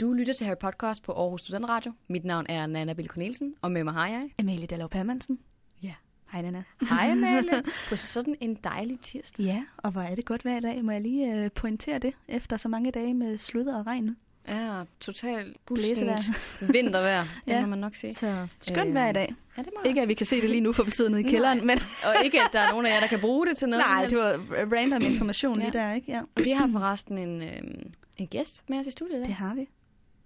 Du lytter til Harry Podcast på Aarhus Student Radio. Mit navn er Nana Bill Cornelsen, og med mig har jeg... Amalie Dallov Permansen. Ja. Hej, Nana. Hej Amalie, på sådan en dejlig tirsdag. Ja, og hvor er det godt vejr i dag. Må jeg lige øh, pointere det, efter så mange dage med sludder og regn. Ja, totalt Blæsevejr. gustent vintervejr, det Ja. må man nok sige. Så skønt Øh, vejr i dag. Ja, det må Ikke at vi kan se det lige nu, for vi sidder nede i kælderen, men Og ikke, at der er nogen af jer, der kan bruge det til noget. som nej, helst. det var random information lige der, ikke? Ja. Vi har forresten en, øhm, en gæst med os i studiet i Det dag. har vi.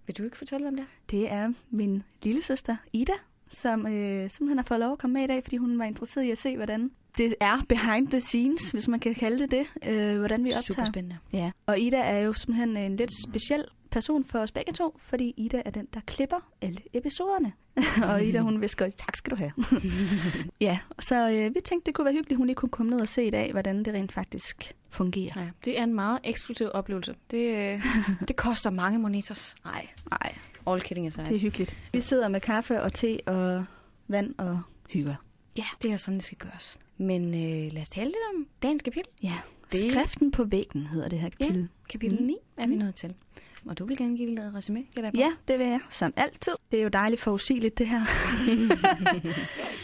Vil du ikke fortælle, hvem det er? Det er min lille søster Ida, som øh, simpelthen har fået lov at komme med i dag, fordi hun var interesseret i at se, hvordan det er behind the scenes, hvis man kan kalde det det, øh, hvordan vi optager. Superspændende. Ja, og Ida er jo simpelthen en lidt speciel person for os begge to, fordi Ida er den, der klipper alle episoderne. og Ida, hun visker, tak skal du have. ja, så øh, vi tænkte, det kunne være hyggeligt, hun lige kunne komme ned og se i dag, hvordan det rent faktisk fungerer. Ja, det er en meget eksklusiv oplevelse. Det, øh, det koster mange monitors. Nej, Nej, all kidding aside. det er hyggeligt. Vi sidder med kaffe og te og vand og hygger. Ja, det er sådan, det skal gøres. Men øh, lad os tale lidt om dagens kapitel. Ja, Det- det... skriften på væggen hedder det her kapitel. Kapitel Mm. 9 er vi nået til. Og du vil gerne give et resume, gætter jeg på. Ja, det vil jeg, som altid. Det er jo dejligt forudsigeligt, det her.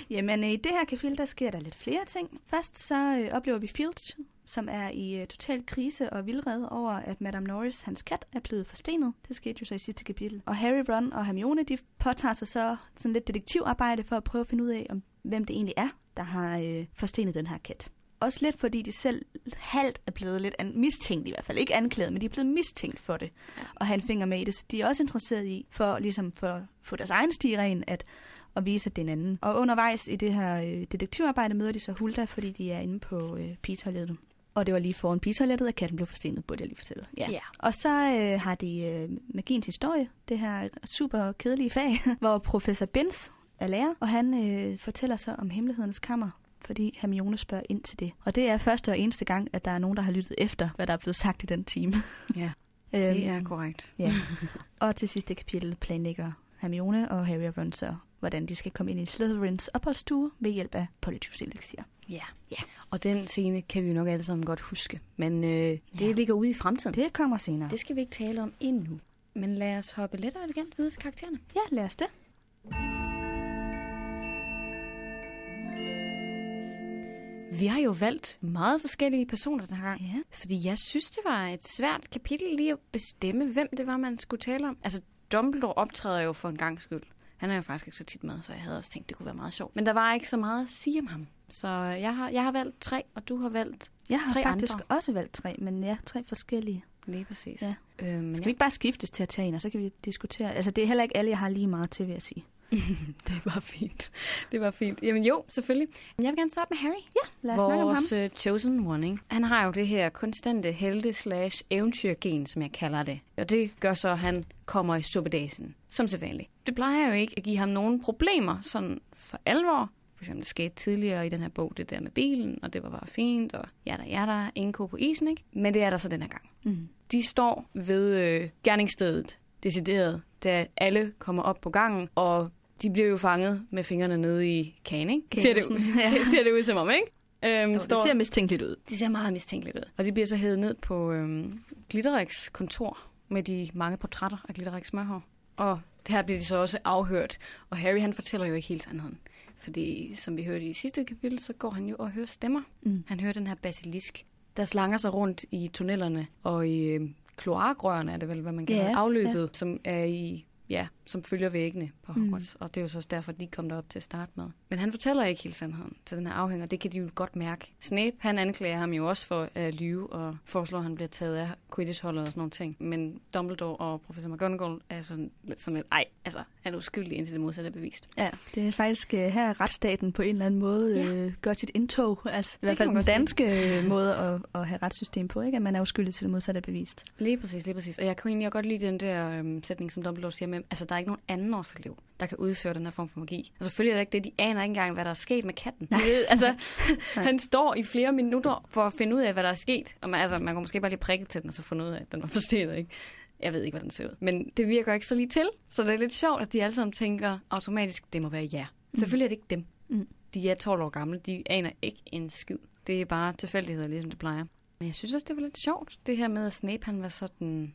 Jamen, øh, i det her kapitel, der sker der lidt flere ting. Først så øh, oplever vi Filch, som er i øh, total krise og vildred over, at Madame Norris, hans kat, er blevet forstenet. Det skete jo så i sidste kapitel. Og Harry, Ron og Hermione, de påtager sig så sådan lidt detektivarbejde for at prøve at finde ud af, om, hvem det egentlig er, der har øh, forstenet den her kat. Også lidt fordi de selv halvt er blevet lidt an- mistænkt i hvert fald. Ikke anklaget, men de er blevet mistænkt for det. Og have en finger med i det. Så de er også interesseret i, for ligesom for at få deres egen sti ren, at og vise, at det er en anden. Og undervejs i det her øh, detektivarbejde møder de så Hulda, fordi de er inde på øh, pigetoilettet. Og det var lige foran pigetoilettet, at katten blev forstenet, burde jeg lige fortælle. Ja. Og så øh, har de øh, magiens historie, det her super kedelige fag, hvor professor Bins er lærer, og han øh, fortæller så om hemmelighedernes kammer, fordi Hermione spørger ind til det. Og det er første og eneste gang, at der er nogen, der har lyttet efter, hvad der er blevet sagt i den time. Ja, Øhm, det er korrekt. Ja. Og til sidste kapitel planlægger Hermione og Harry og Ron så, hvordan de skal komme ind i Slytherins opholdsstue ved hjælp af polyjuice elixir. Ja. Ja. Og den scene kan vi jo nok alle sammen godt huske. Men øh, det Ja. ligger ude i fremtiden. Det kommer senere. Det skal vi ikke tale om endnu. Men lad os hoppe lidt og elegant videre til karaktererne. Ja, lad os det. Vi har jo valgt meget forskellige personer den her gang. Ja. Fordi jeg synes, det var et svært kapitel lige at bestemme, hvem det var, man skulle tale om. Altså, Dumbledore optræder jo for en gang skyld. Han er jo faktisk ikke så tit med, så jeg havde også tænkt, det kunne være meget sjovt. Men der var ikke så meget at sige om ham. Så jeg har, jeg har valgt tre, og du har valgt Jeg har Tre tre faktisk andre. andre. også valgt tre, men ja, tre forskellige. lige præcis. Ja. Øhm, Skal vi ikke bare skiftes til at tage en, og så kan vi diskutere? Altså, det er heller ikke alle, jeg har lige meget til, vil jeg sige. Det var fint. Det var fint. Jamen jo, selvfølgelig. Men jeg vil gerne starte med Harry. Ja, lad os snakke om ham. Vores øh, chosen one, ikke? Han har jo det her konstante helte slash eventyrgen, som jeg kalder det. Og det gør så, at han kommer i suppedasen, som sædvanligt. Det plejer jo ikke at give ham nogen problemer, sådan for alvor. For eksempel, det skete tidligere i den her bog, det der med bilen, og det var bare fint, og jada jada, ingen ko på isen, ikke? Men det er der så den her gang. Mm. De står ved øh, gerningsstedet, decideret, da alle kommer op på gangen, og de bliver jo fanget med fingrene nede i kagen, ikke? Ser det, ud, Kageposen, ja. ser det ud som om, ikke? Øhm, Jo, det ser mistænkeligt ud. de ser meget mistænkeligt ud. Og de bliver så hævet ned på øhm, Glitterix kontor med de mange portrætter af Glitterix smørhår. Og her bliver de så også afhørt. Og Harry han fortæller jo ikke helt sandheden. Fordi som vi hørte i sidste kapitel, så går han jo og hører stemmer. Mm. Han hører den her basilisk, der slanger sig rundt i tunnellerne og i øhm, kloakrørene, er det vel, hvad man kalder Ja, yeah, afløbet, yeah. som er i ja, som følger væggene på Mm. Hogwarts. Mm. Og det er jo så også derfor, de kom derop til at starte med. Men han fortæller ikke hele sandheden til den her afhænger. Det kan de jo godt mærke. Snape, han anklager ham jo også for at lyve og foreslår, at han bliver taget af Quidditch-holdet og sådan nogle ting. Men Dumbledore og professor McGonagall er sådan lidt, sådan lidt ej, altså, han er uskyldig, indtil det modsatte er bevist. Ja, det er faktisk øh, her, retsstaten på en eller anden måde Ja. øh, gør sit indtog. Altså, I kan hvert fald man den godt sige. danske øh, måde at, at have retssystem på, ikke? at man er uskyldig til det modsatte er bevist. Lige præcis, lige præcis. Og jeg kunne egentlig også godt lide den der øhm, sætning, som Dumbledore siger med, altså der er ikke nogen anden årselev, der kan udføre den her form for magi. Og selvfølgelig er det ikke det, de aner ikke engang, hvad der er sket med katten. De ved, altså, han står i flere minutter for at finde ud af, hvad der er sket. Og man, altså, man kunne måske bare lige prikke til den, og så finde ud af, at den var forstenet, ikke? Jeg ved ikke, hvordan den ser ud. Men det virker ikke så lige til. Så det er lidt sjovt, at de alle sammen tænker automatisk, det må være jer. Selvfølgelig er det ikke dem. Mm. De er 12 år gamle, de aner ikke en skid. Det er bare tilfældigheder, ligesom det plejer. Men jeg synes også, det var lidt sjovt, det her med, at Snape han var sådan,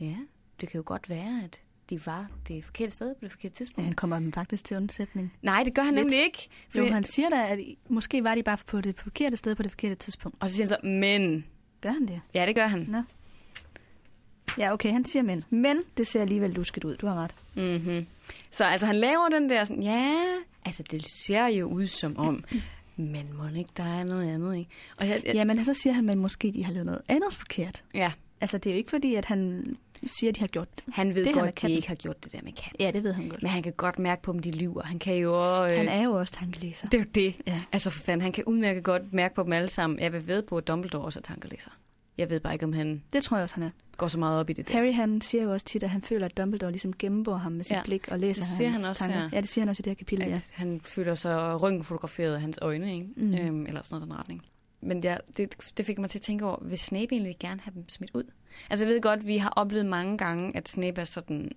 ja, det kan jo godt være, at de var det forkerte sted på det forkerte Ja, tidspunkt. han kommer dem faktisk til undsætning. Nej, det gør han Lidt. nemlig ikke. Jo, fordi- han siger da, at I- måske var de bare på det forkerte sted på det forkerte tidspunkt. Og så siger han så, men. Gør han det? Ja, det gør han. Nå. Ja, okay, han siger men. Men det ser alligevel lusket ud, du har ret. Mm-hmm. Så altså, han laver den der sådan, ja, altså det ser jo ud som om, men må ikke, der er noget andet, ikke? Og jeg, jeg, Ja, men så siger han, at måske de har lavet noget andet forkert. ja, Altså, det er jo ikke fordi, at han siger, at de har gjort det. han ved Det det her med godt, de katten. ikke har gjort det der med katten. Ja, det ved han godt. Men han kan godt mærke på, om de lyver. Han kan jo også... Øh, Han er jo også tankelæser. Det er jo det. Ja. Altså for fanden, han kan udmærket godt mærke på dem alle sammen. Jeg vil ved på, at Dumbledore også er tankelæser. Jeg ved bare ikke, om han Det tror jeg også, han er. går så meget op i det der. Harry, han siger jo også tit, at han føler, at Dumbledore ligesom gennemgår ham med sit ja. Ja. blik og læser Det siger hans han også tanker. her. Ja, det siger han også i det her kapitel, at ja. han føler sig røntgenfotograferet af hans øjne, ikke? Mm. Mm. Øhm, eller sådan noget i den retning. Men ja, det, det fik mig til at tænke over, vil Snape egentlig gerne have dem smidt ud? Altså jeg ved godt, vi har oplevet mange gange, at Snape er sådan,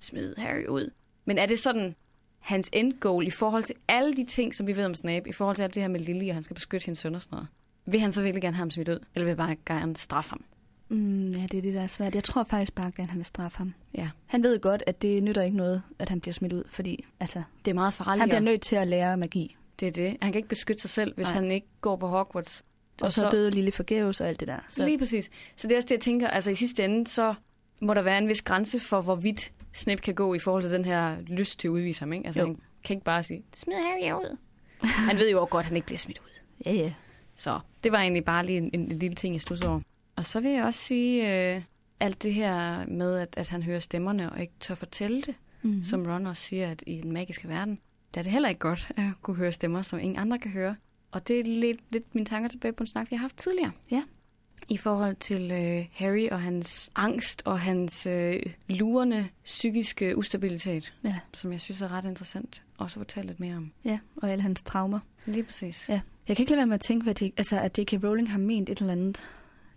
smid Harry ud. Men er det sådan hans endgoal i forhold til alle de ting, som vi ved om Snape, i forhold til alt det her med Lily, og han skal beskytte hendes søn og sådan noget? Vil han så virkelig gerne have ham smidt ud? Eller vil han bare gerne straffe ham? Mm, ja, det er det, der er svært. Jeg tror faktisk bare, at han vil straffe ham. Ja, Han ved godt, at det nytter ikke noget, at han bliver smidt ud, fordi altså, det er meget farligt. han bliver nødt til at lære magi. Det er det. Han kan ikke beskytte sig selv, hvis Nej. Nej. han ikke går på Hogwarts. Og, og så, så døde Lille forgæves og alt det der. Så. Så Lige præcis. Så det er også det, jeg tænker, altså i sidste ende, så må der være en vis grænse for, hvorvidt Snape kan gå i forhold til den her lyst til at udvise ham, ikke? Altså Jo. jo. han kan ikke bare sige, smid Harry ud. han ved jo også godt, at han ikke bliver smidt ud. ja, ja. Så det var egentlig bare lige en, en, en lille ting, jeg stod over. Og så vil jeg også sige, øh, alt det her med, at, at han hører stemmerne og ikke tør fortælle det, Mm. som Ron også siger, at i den magiske verden, der er det heller ikke godt at kunne høre stemmer, som ingen andre kan høre. Og det er lidt, lidt mine tanker tilbage på en snak, vi har haft tidligere. Ja. I forhold til øh, Harry og hans angst og hans øh, lurende psykiske ustabilitet, Ja. som jeg synes er ret interessant også at fortælle lidt mere om. ja, og alle hans traumer. Lige præcis. Ja. Jeg kan ikke lade være med at tænke, hvad det, altså, at J.K. Rowling har ment et eller andet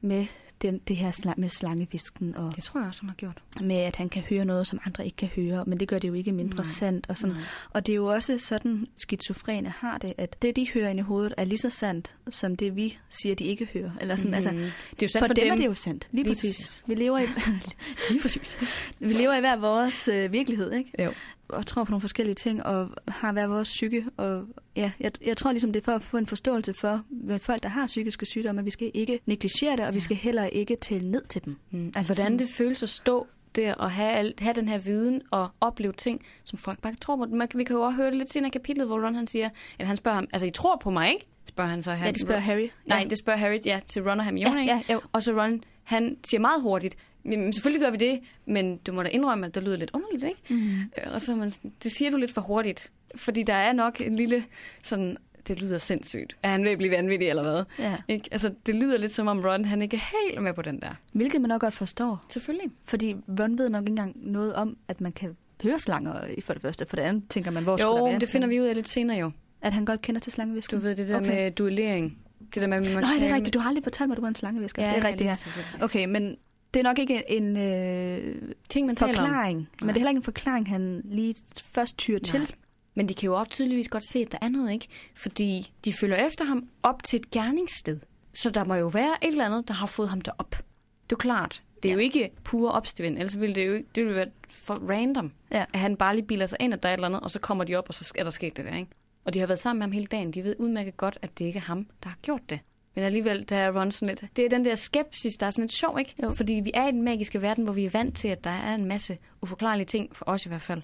med den, det her sla, med slangevisken, og Det tror jeg også, hun har gjort. med at han kan høre noget, som andre ikke kan høre, men det gør det jo ikke mindre Nej. Nej. sandt. Og, sådan. Nej. og det er jo også sådan, skizofrene har det, at det, de hører ind i hovedet, er lige så sandt, som det, vi siger, de ikke hører. Eller sådan, mm-hmm. altså, Mhm. det er jo sandt for, for, for dem, er det jo sandt. Lige, lige Lige præcis. præcis. præcis. Vi lever i lige præcis. Vi lever i hver vores øh, virkelighed, ikke? Jo. Og tror på nogle forskellige ting og har hver vores psyke og ja, jeg, jeg tror ligesom det er for at få en forståelse for hvad folk der har psykiske sygdomme, at vi skal ikke negligere det, og ja. vi Ja. skal heller ikke tælle ned til dem. Mm. Altså Altså, sådan- Hvordan det føles at stå der og have, alt, have den her viden og opleve ting, som folk bare ikke tror på. Man, vi kan jo også høre det lidt senere i kapitlet, hvor Ron han siger, at han spørger ham, altså I tror på mig, ikke? Spørger han så Ja, her. de spørger Harry. Nej, det spørger Harry ja, til Ron og Hermione, ja, ikke? ja, jo. Og så Ron, han siger meget hurtigt, men selvfølgelig gør vi det, men du må da indrømme, at det lyder lidt underligt, ikke? Mm. Øh, Og så er man sådan, det siger du lidt for hurtigt, fordi der er nok en lille sådan, det lyder sindssygt. Er han ved at blive vanvittig eller hvad? Ja. Ikke? Altså, det lyder lidt som om Ron, han ikke er helt med på den der. Hvilket man nok godt forstår, Selvfølgelig. fordi Ron ved nok ikke engang noget om, at man kan høre slanger øh, for det første. For det andet tænker man, hvor skulle der Jo, være men en det slange? finder vi ud af lidt senere jo. At han godt kender til slangevisken. Du ved det der Okay. okay. med duellering. Det der med, at man Nej, det taler er med- rigtigt. Du har aldrig fortalt mig, at du var en slangevisker. Ja, det er rigtigt, lige ja. præcis, lige præcis. Okay, men det er nok ikke en øh, Ting, man taler om. forklaring, men det er heller ikke en forklaring, han lige først tyrer Nej. til. Men de kan jo også tydeligvis godt se, at der er noget, ikke? Fordi de følger efter ham op til et gerningssted. Så der må jo være et eller andet, der har fået ham derop. Det er jo klart. Det er ja. jo ikke pure opstøvning, ellers ville det jo ikke, det ville være for random. Ja. At han bare lige bilder sig ind, at der er et eller andet, og så kommer de op, og så er der sket det der, ikke? Og de har været sammen med ham hele dagen. De ved udmærket godt, at det ikke er ham, der har gjort det. Men alligevel, der er Ron sådan lidt... Det er den der skepsis, der er sådan lidt sjov, ikke? Jo. Fordi vi er i den magiske verden, hvor vi er vant til, at der er en masse uforklarlige ting, for os i hvert fald.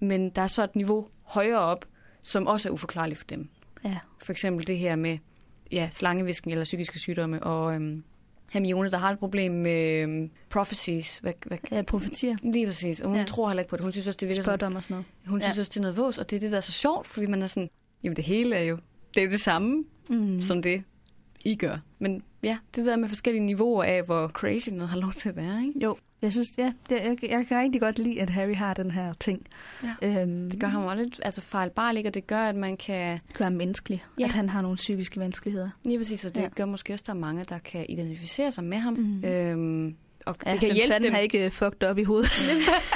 Men der er så et niveau højere op, som også er uforklarligt for dem. Ja. For eksempel det her med ja, slangevisken eller psykiske sygdomme, og øhm, Hermione, der har et problem med øhm, prophecies. Hvad, hvad, Jeg profiterer, lige præcis. Og hun Ja. ja. tror heller ikke på det. Hun synes også, det virker som spot om og sådan noget. hun Ja. synes også, det er noget vås, og det er det, der er så sjovt, fordi man er sådan, jamen det hele er jo, det er jo det samme, Mm. mm. som det, I gør. Men ja, det der med forskellige niveauer af, hvor crazy noget har lov til at være, ikke? Jo, jeg synes, ja, det, jeg, jeg kan rigtig godt lide, at Harry har den her ting. Ja. Øhm, Det gør ham også lidt altså, fejlbarlig, og det gør, at man kan... gør ham menneskelig, Ja. at han har nogle psykiske vanskeligheder. Lige præcis, og det Ja. ja. gør måske også, at der er mange, der kan identificere sig med ham. Mhm. Mm. Øhm, og Ja, det kan den hjælpe fanden dem. har ikke øh, fucked op i hovedet.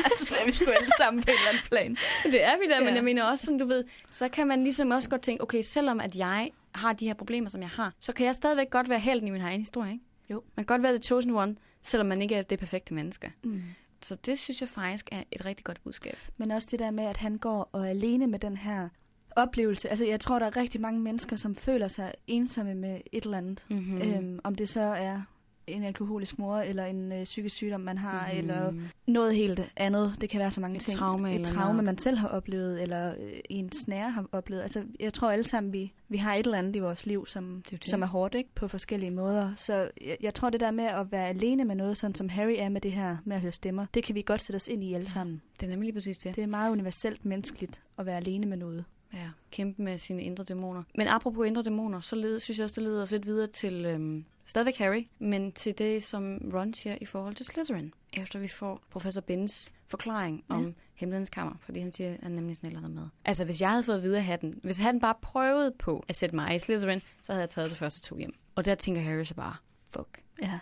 altså, vi skulle alle sammen på en eller anden plan. Det er vi da, men Ja. jeg mener også, sådan, du ved, så kan man ligesom også godt tænke, okay, selvom at jeg har de her problemer, som jeg har, så kan jeg stadigvæk godt være helten i min egen historie, ikke? Jo. Man kan godt være the chosen one, selvom man ikke er det perfekte menneske. Mm. Så det synes jeg faktisk er et rigtig godt budskab. Men også det der med, at han går og er alene med den her oplevelse. Altså, jeg tror, der er rigtig mange mennesker, som føler sig ensomme med et eller andet. Mm-hmm. Mm. Øhm, om det så er en alkoholisk mor, eller en øh, psykisk sygdom, man har, Mhm. mm. eller noget helt andet. Det kan være så mange Et ting. traume et eller traume, noget. man selv har oplevet, eller øh, ens nære har oplevet. Altså, jeg tror alle sammen, vi, vi har et eller andet i vores liv, som, Det er jo det. som er hårdt, ikke? På forskellige måder. Så jeg, jeg tror, det der med at være alene med noget, sådan som Harry er med det her med at høre stemmer, det kan vi godt sætte os ind i alle sammen. Det er nemlig lige præcis det. Det er meget universelt menneskeligt at være alene med noget. Ja, kæmpe med sine indre dæmoner. Men apropos indre dæmoner, så led, synes jeg også, det leder os lidt videre til øhm, stadigvæk Harry, men til det, som Ron siger i forhold til Slytherin. Efter vi får professor Bins forklaring Ja. ja. om himlens kammer, fordi han siger, at han nemlig sådan et eller andet med. Altså, hvis jeg havde fået videre hatten, hvis han bare prøvede på at sætte mig i Slytherin, så havde jeg taget det første to hjem. Og der tænker Harry så bare, fuck. Ja,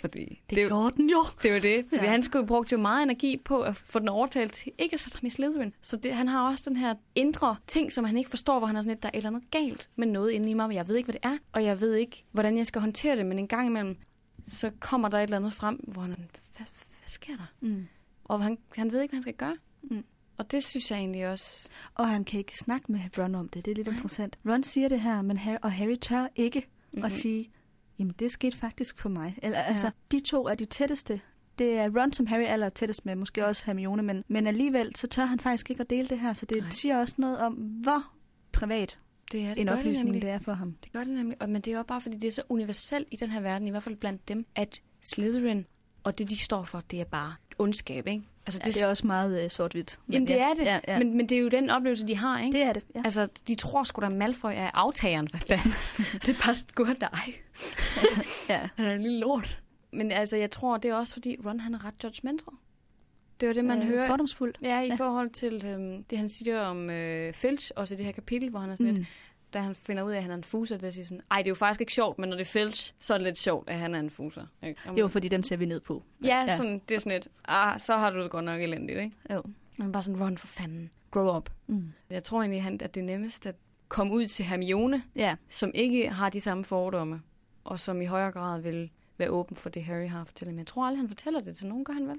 Fordi det, det, det, er, det jo, gjorde den jo. det er jo det. Fordi Ja. ja. han skulle brugt jo meget energi på at få den overtalt til ikke at sætte ham i Slytherin. Så det, han har også den her indre ting, som han ikke forstår, hvor han er sådan lidt, der er et eller andet galt med noget inde i mig, men jeg ved ikke, hvad det er, og jeg ved ikke, hvordan jeg skal håndtere det, men en gang imellem, så kommer der et eller andet frem, hvor han, hvad, hvad sker der? Mm. Og han, han ved ikke, hvad han skal gøre. Mm. Og det synes jeg egentlig også, Og han kan ikke snakke med Ron om det. Det er lidt interessant. Ron siger det her, men Harry, og Harry tør ikke mm, mm-hmm. at sige, jamen det skete faktisk for mig. Eller, ja. altså, de to er de tætteste. Det er Ron, som Harry er aller tættest med, måske også Hermione, men, men alligevel så tør han faktisk ikke at dele det her, så det Nej. siger også noget om, hvor privat det er det en gør det oplysning nemlig. det er for ham. Det gør det nemlig, og, men det er jo bare, fordi det er så universelt i den her verden, i hvert fald blandt dem, at Slytherin og det, de står for, det er bare ondskab, ikke? Altså, Ja, det er også meget øh, sort-hvidt. Men Jamen, det ja. er det, Ja, ja. Men, men det er jo den oplevelse, de har, ikke? det er det, ja. Altså, de tror sgu da, Malfoy er aftageren. Hvad fanden? det er bare sådan, gud dig. ja. Han er en lille lort. Men altså, jeg tror, det er også fordi, Ron han er ret judgmental. Det var det, man Øh, hører. Fordomsfuld. Ja, i Ja. forhold til øhm, det, han siger om øh, Filch, også i det her kapitel, hvor han er sådan mm. lidt, da han finder ud af, at han er en fuser, der siger sådan, ej, det er jo faktisk ikke sjovt, men når det er Filch, så er det lidt sjovt, at han er en fuser. Ikke? Og man- Jo, fordi dem ser vi ned på. Ja, ja. ja. Sådan, det er sådan lidt, ah, så har du det godt nok elendigt, ikke? Jo. Han er bare sådan, Ron for fanden, grow up. Mm. Jeg tror egentlig, han, at det er nemmest at komme ud til Hermione, Ja, som ikke har de samme fordomme, og som i højere grad vil være åben for det, Harry har at fortælle. Men jeg tror aldrig, han fortæller det til nogen, gør han vel?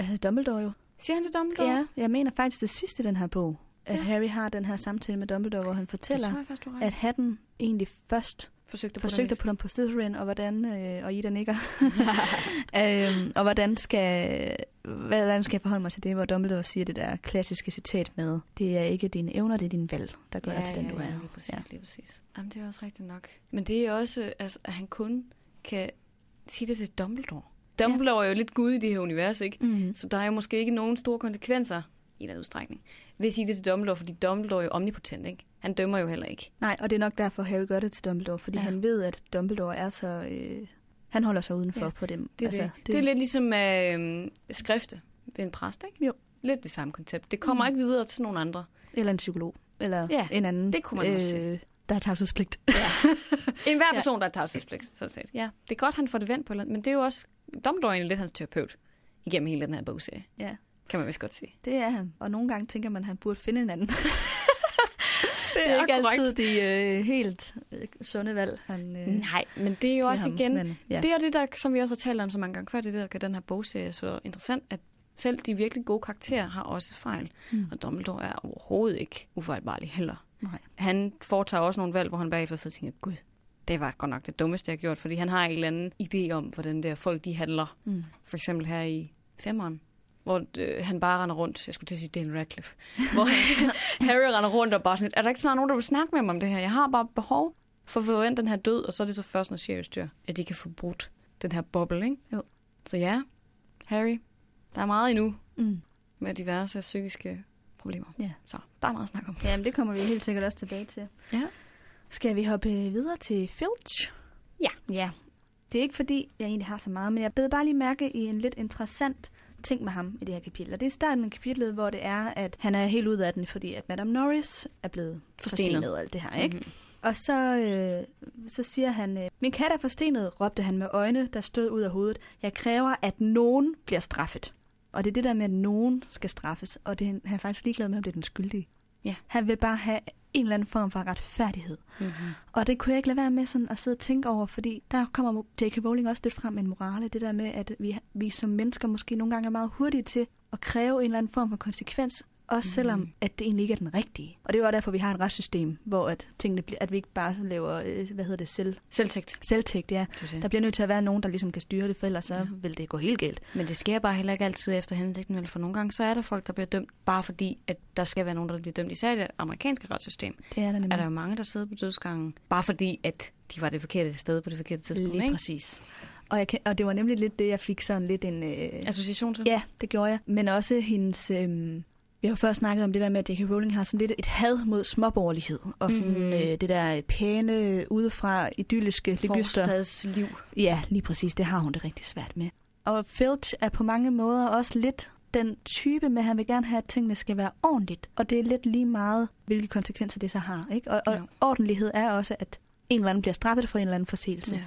øh, Dumbledore jo. Siger han til Dumbledore? Ja, jeg mener faktisk det sidste i den her bog, at ja. Ja. Harry har den her samtale med Dumbledore, hvor han det tror fortæller, jeg faktisk, du har at hatten egentlig først forsøgte at forsøgte at på. putte ham på Slytherin, og hvordan, øh, og Ida nikker, øhm, og hvordan skal, hvordan skal jeg forholde mig til det, hvor Dumbledore siger det der klassiske citat med, det er ikke dine evner, det er din valg, der gør dig til den, ja, du er. Ja, lige præcis, ja. lige præcis. Jamen, det er også rigtigt nok. Men det er også, altså, at han kun kan sige det til Dumbledore. Dumbledore ja. er jo lidt gud i det her univers, ikke? Mm. Så der er jo måske ikke nogen store konsekvenser i en eller anden udstrækning. Hvis I det til Dumbledore, fordi Dumbledore er jo omnipotent, ikke? Han dømmer jo heller ikke. Nej, og det er nok derfor, Harry gør det til Dumbledore, fordi ja. Ja. han ved, at Dumbledore er så, øh, han holder sig udenfor ja, Ja, på dem. Det er, altså, det. Det er lidt ligesom øh, skrifte ved en præst, ikke? Jo. Lidt det samme koncept. Det kommer Mm. mm. ikke videre til nogen andre. Eller en psykolog, eller ja, Ja, en anden, øh, det kunne man også sige. der har tavshedspligt. En hver Ja. person, ja. der er tavshedspligt, sådan set. Ja, det er godt, han får det vendt på, men det er jo også... Dumbledore er egentlig lidt hans terapeut igennem hele den her bogserie, ja. kan man vist godt sige. Det er han. Og nogle gange tænker man, at han burde finde en anden. det Det er ikke altid de øh, helt øh, sunde valg, han øh, Nej, men det er jo giver også ham. igen... Men, ja. Det er det, der, som vi også har talt om så mange gange før, det er det, der gør den her bogserie så interessant, at selv de virkelig gode karakterer har også fejl. Mm. Mm. Og Dumbledore er overhovedet ikke ufejlbarlig heller. Nej. Han foretager også nogle valg, hvor han bagefter sidder og tænker, gud, det var godt nok det dummeste, jeg har gjort, fordi han har en eller anden idé om, hvordan der folk de handler. Mm. For eksempel her i femmeren, hvor øh, han bare render rundt. Jeg skulle til at sige Dan Radcliffe. Hvor Harry render rundt og bare sådan, lidt, er der ikke snart nogen, der vil snakke med mig om det her? Jeg har bare behov for at forvente den her død, og så er det så først, når Sirius dør, at de kan få brudt den her boble, ikke? Jo. Så ja, Harry, der er meget endnu Mm. med diverse psykiske problemer. Ja. Så der er meget at snakke om. Jamen, det kommer vi helt sikkert også tilbage til. Ja. Skal vi hoppe øh, videre til Filch? Ja. Ja. Det er ikke fordi, jeg egentlig har så meget, men jeg beder bare lige mærke i en lidt interessant ting med ham i det her kapitel. Og det er starten af kapitlet, hvor det er, at han er helt ud af den, fordi at Madame Norris er blevet Forstenet. forstenet og alt det her, ikke? Mm-hmm. Og så, øh, så siger han, øh, min kat er forstenet, råbte han med øjne, der stod ud af hovedet. Jeg kræver, at nogen bliver straffet. Og det er det der med, at nogen skal straffes, og det, er- han er faktisk ligeglad med, om det er den skyldige. Ja. Han vil bare have en eller anden form for retfærdighed. Mm-hmm. Og det kunne jeg ikke lade være med sådan at sidde og tænke over, fordi der kommer J.K. Rowling også lidt frem med en morale, det der med, at vi, vi som mennesker måske nogle gange er meget hurtige til at kræve en eller anden form for konsekvens, også selvom Mhm. at det egentlig ikke er den rigtige. Og det er jo også derfor, vi har et retssystem, hvor at, tingene bliver, at vi ikke bare laver, øh, hvad hedder det, selv, Selvtægt. selvtægt, ja. Det er det. Der bliver nødt til at være nogen, der ligesom kan styre det, for ellers så vil det gå helt galt. Men det sker bare heller ikke altid efter hensigten, vel? For nogle gange, så er der folk, der bliver dømt, bare fordi, at der skal være nogen, der bliver dømt. Især i det amerikanske retssystem Det er der mm. er nemlig. der jo mange, der sidder på dødsgangen, bare fordi, at de var det forkerte sted på det forkerte tidspunkt, Lige ikke? præcis. Og, jeg kan, og det var nemlig lidt det, jeg fik sådan lidt en... Øh, Association til. Ja, det gjorde jeg. Men også hendes... Øhm, vi har jo før snakket om det der med, at J.K. Rowling har sådan lidt et had mod småborgerlighed. Og sådan Mhm. mm. øh, det der pæne, udefra, idylliske lyster. forstadsliv. Ja, lige præcis. Det har hun det rigtig svært med. Og Filch er på mange måder også lidt den type med, at han vil gerne have, at tingene skal være ordentligt. Og det er lidt lige meget, hvilke konsekvenser det så har. Ikke? Og, og Ja. ordentlighed er også, at en eller anden bliver straffet for en eller anden forseelse. Ja.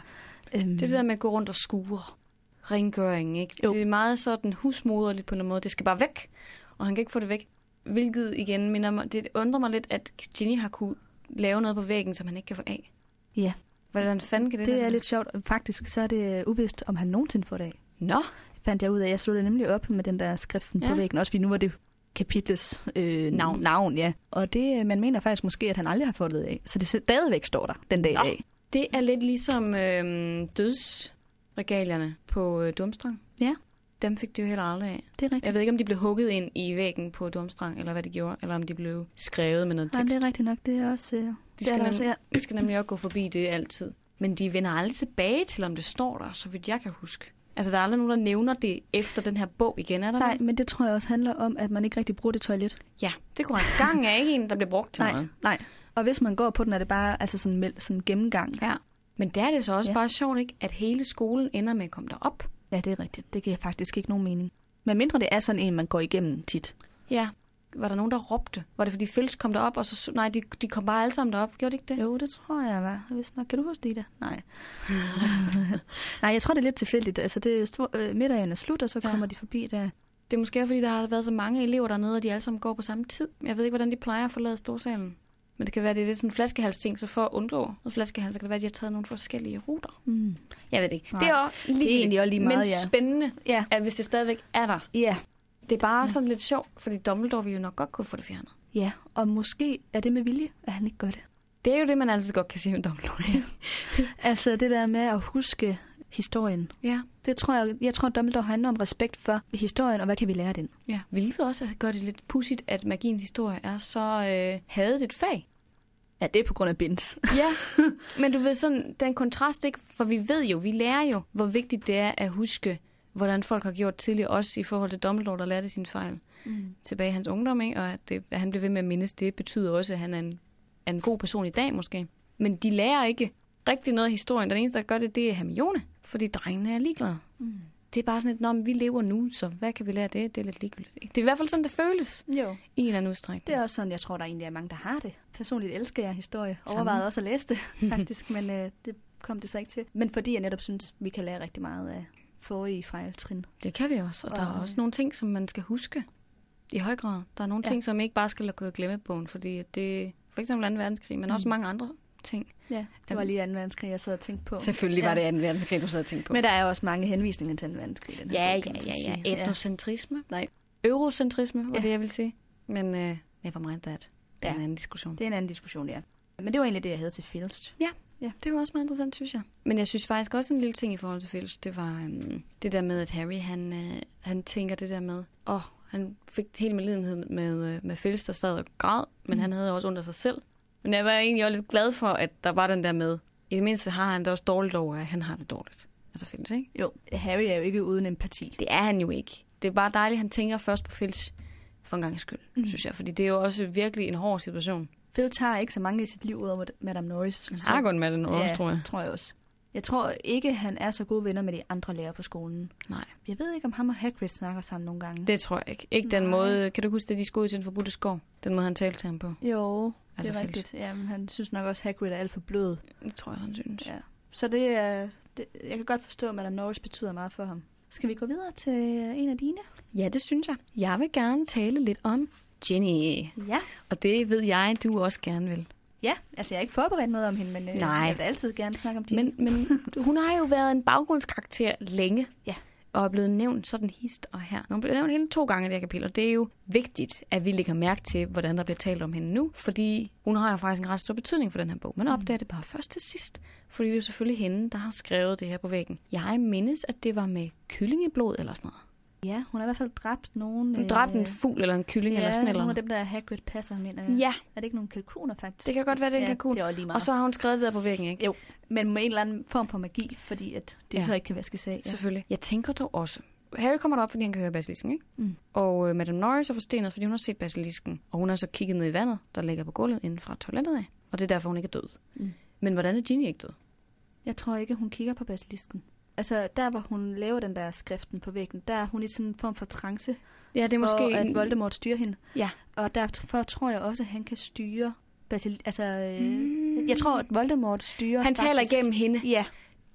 Ja. Øhm, Det er det der med at gå rundt og skure. Rengøring, ikke? Jo. Det er meget sådan husmoderligt på en eller anden måde. Det skal bare væk, og han kan ikke få det væk. Hvilket igen minder mig, det undrer mig lidt, at Ginny har kunne lave noget på væggen, som han ikke kan få af. Ja. Hvordan fanden kan det lade det er sig- lidt sjovt. Faktisk så er det øh, uvist, om han nogensinde får det af. Nå, fandt jeg ud af. Jeg slog det nemlig op med den der skriften ja. Ja. på væggen, også fordi nu var det kapitlets øh, Navn. navn. ja. Og det, øh, man mener faktisk måske, at han aldrig har fået det af. Så det stadigvæk står der den dag i Nå. dag. det er lidt ligesom øh, dødsregalierne på øh, Dumstrang. Ja. Dem fik det jo heller aldrig af. Det er rigtigt. Jeg ved ikke, om de blev hugget ind i væggen på Dumstrang, eller hvad de gjorde, eller om de blev skrevet med noget Nej, tekst. det er rigtigt nok. Det er også... Øh, de det er skal der også, ja. Vi skal nemlig også gå forbi det altid. Men de vender aldrig tilbage til, om det står der, så vidt jeg kan huske. Altså, der er aldrig nogen, der nævner det efter den her bog igen, er der Nej, det? men det tror jeg også handler om, at man ikke rigtig bruger det toilet. Ja, det er korrekt. Gangen er ikke en, der bliver brugt til Nej, noget. nej. Og hvis man går på den, er det bare altså sådan, mel- sådan en gennemgang. Ja. Men der er det så også Ja. ja. bare sjovt, ikke, at hele skolen ender med at komme derop. ja, det er rigtigt. Det giver faktisk ikke nogen mening. Men mindre det er sådan en, man går igennem tit. Ja. Var der nogen, der råbte? Var det, fordi Fælles kom derop, og så... Nej, de, de kom bare alle sammen derop. Gjorde de ikke det? Jo, det tror jeg, var. Jeg vidste nok. Kan du huske det, Ida? Nej. Nej, jeg tror, det er lidt tilfældigt. Altså, det er stor, øh, middagen er slut, og så Ja. kommer de forbi der. Det er måske, fordi der har været så mange elever dernede, og de alle sammen går på samme tid. Jeg ved ikke, hvordan de plejer at forlade storsalen. Men det kan være, det er lidt sådan en flaskehals-ting, så for at undgå noget flaskehals, så kan det være, at de har taget nogle forskellige ruter. Mm. Jeg ved det ikke. Nej. Det er, også lige, Det er egentlig også lige meget, men ja. spændende, Ja. at hvis det stadigvæk er der. Ja. Det er bare sådan lidt sjovt, fordi Dumbledore ville jo nok godt kunne få det fjernet. Ja, og måske er det med vilje, at han ikke gør det. Det er jo det, man altid godt kan sige med Dumbledore. Ja. Altså, det der med at huske historien. ja. Det tror jeg, jeg tror, Dumbledore har enormt respekt for historien, og hvad kan vi lære af den? Ja, hvilket også gør det lidt pudsigt, at magiens historie er så øh, hadet et fag. Ja, det er på grund af Bins. Ja, men du ved sådan, den kontrast ikke, for vi ved jo, vi lærer jo, hvor vigtigt det er at huske, hvordan folk har gjort tidligere, også i forhold til Dumbledore, der lærte sin fejl Mm. tilbage i hans ungdom, ikke? og at, det, at han blev ved med at mindes, det betyder også, at han er en, er en god person i dag måske. Men de lærer ikke rigtig noget af historien. Den eneste, der gør det, det er Hermione, fordi drengene er ligeglade. Mm. Det er bare sådan et, når vi lever nu, så hvad kan vi lære af det? Det er lidt ligegyldigt. Ikke? Det er i hvert fald sådan, det føles Jo. i en eller anden udstrækning. Det er også sådan, jeg tror, der egentlig er mange, der har det. Personligt elsker jeg historie. Overvejede også at læse det, faktisk, men øh, det kom det så ikke til. Men fordi jeg netop synes, vi kan lære rigtig meget af forrige fejltrin. Det kan vi også, og der er Og- også nogle ting, som man skal huske i høj grad. Der er nogle Ja. ja. ting, som ikke bare skal gå i glemmebogen, fordi det for eksempel 2. verdenskrig, men også Mm. mange andre ting. Ja, det var lige 2. verdenskrig, jeg sad og tænkte på. Selvfølgelig var det 2. verdenskrig, du sad og tænkte Men der er også mange henvisninger til 2. verdenskrig. i Den her Ja, ja, bog, kan man så ja, sige. ja. Etnocentrisme. Nej, eurocentrisme var Ja. ja. det, jeg vil sige. Men uh, never mind that. Det er Ja. ja. en anden diskussion. Det er en anden diskussion, ja. Men det var egentlig det, jeg havde til Filst. Det var også meget interessant, synes jeg. Men jeg synes faktisk også en lille ting i forhold til Phils, det var øhm, det der med, at Harry, han, øh, han tænker det der med, åh, oh, han fik helt med lidenhed med, øh, med Phils, der sad og græd, men Mm. han havde også under sig selv. Men jeg var egentlig også lidt glad for, at der var den der med, i det mindste har han det også dårligt over, at han har det dårligt. Altså Phils, ikke? Jo, Harry er jo ikke uden empati. Det er han jo ikke. Det er bare dejligt, at han tænker først på Phils for en gang skyld, Mm. mm. synes jeg. Fordi det er jo også virkelig en hård situation. Filch har ikke så mange i sit liv, udover Madame Norris. Så- Jeg har med den også, Ja, tror jeg. tror jeg også. Jeg tror ikke, han er så gode venner med de andre lærere på skolen. Nej. Jeg ved ikke, om ham og Hagrid snakker sammen nogle gange. Det tror jeg ikke. Ikke den Nej. måde... Kan du huske, at de skulle ud til den forbudte skov? Den måde, han talte til ham på. Jo, altså Altså det er Filch. rigtigt. Jamen, han synes nok også, at Hagrid er alt for blød. Det tror jeg, han synes. Ja. Så det er... Det, jeg kan godt forstå, at Madame Norris betyder meget for ham. Skal vi gå videre til en af dine? Ja, det synes jeg. Jeg vil gerne tale lidt om Ginny. Ja. Og det ved jeg, du også gerne vil. Ja, altså jeg har ikke forberedt noget om hende, men øh, Nej. jeg vil altid gerne snakke om det. Men, men hun har jo været en baggrundskarakter længe. Ja. Og er blevet nævnt sådan hist og her. Hun blev nævnt hende to gange i det her kapitel, og det er jo vigtigt, at vi lægger mærke til, hvordan der bliver talt om hende nu, fordi hun har jo faktisk en ret stor betydning for den her bog. Mm. Man opdager det bare først til sidst, fordi det er jo selvfølgelig hende, der har skrevet det her på væggen. Jeg mindes, at det var med kyllingeblod eller sådan noget. Ja, hun har i hvert fald dræbt nogen... øh, Hun dræbte en fugl eller en kylling ja, eller sådan nogle eller af dem, der Hagrid passer, mener jeg. Ja, Er det ikke nogle kalkuner, faktisk? det kan godt være, det er en ja, kalkun. det er også lige meget. Og så har hun skrevet det der på væggen, ikke? Jo, men med en eller anden form for magi, fordi at det Ja. ja. så ikke kan vaske sig. Ja. Ja. Selvfølgelig. Jeg tænker dog også. Harry kommer derop, fordi han kan høre basilisken, ikke? Mm. Og øh, Madame Norris er forstenet, fordi hun har set basilisken. Og hun har så kigget ned i vandet, der ligger på gulvet inden fra toilettet af. Og det er derfor, hun ikke er død. Mm. Men hvordan er Ginny ikke død? Jeg tror ikke, hun kigger på basilisken. Altså, der hvor hun laver den der skriften på væggen, der er hun i sådan en form for trance, Ja, det er måske... hvor at en- Voldemort styrer hende. Ja. Og derfor tror jeg også, at han kan styre basil... Altså, mm. Mm. jeg tror, at Voldemort styrer Han faktisk... taler igennem hende. Ja,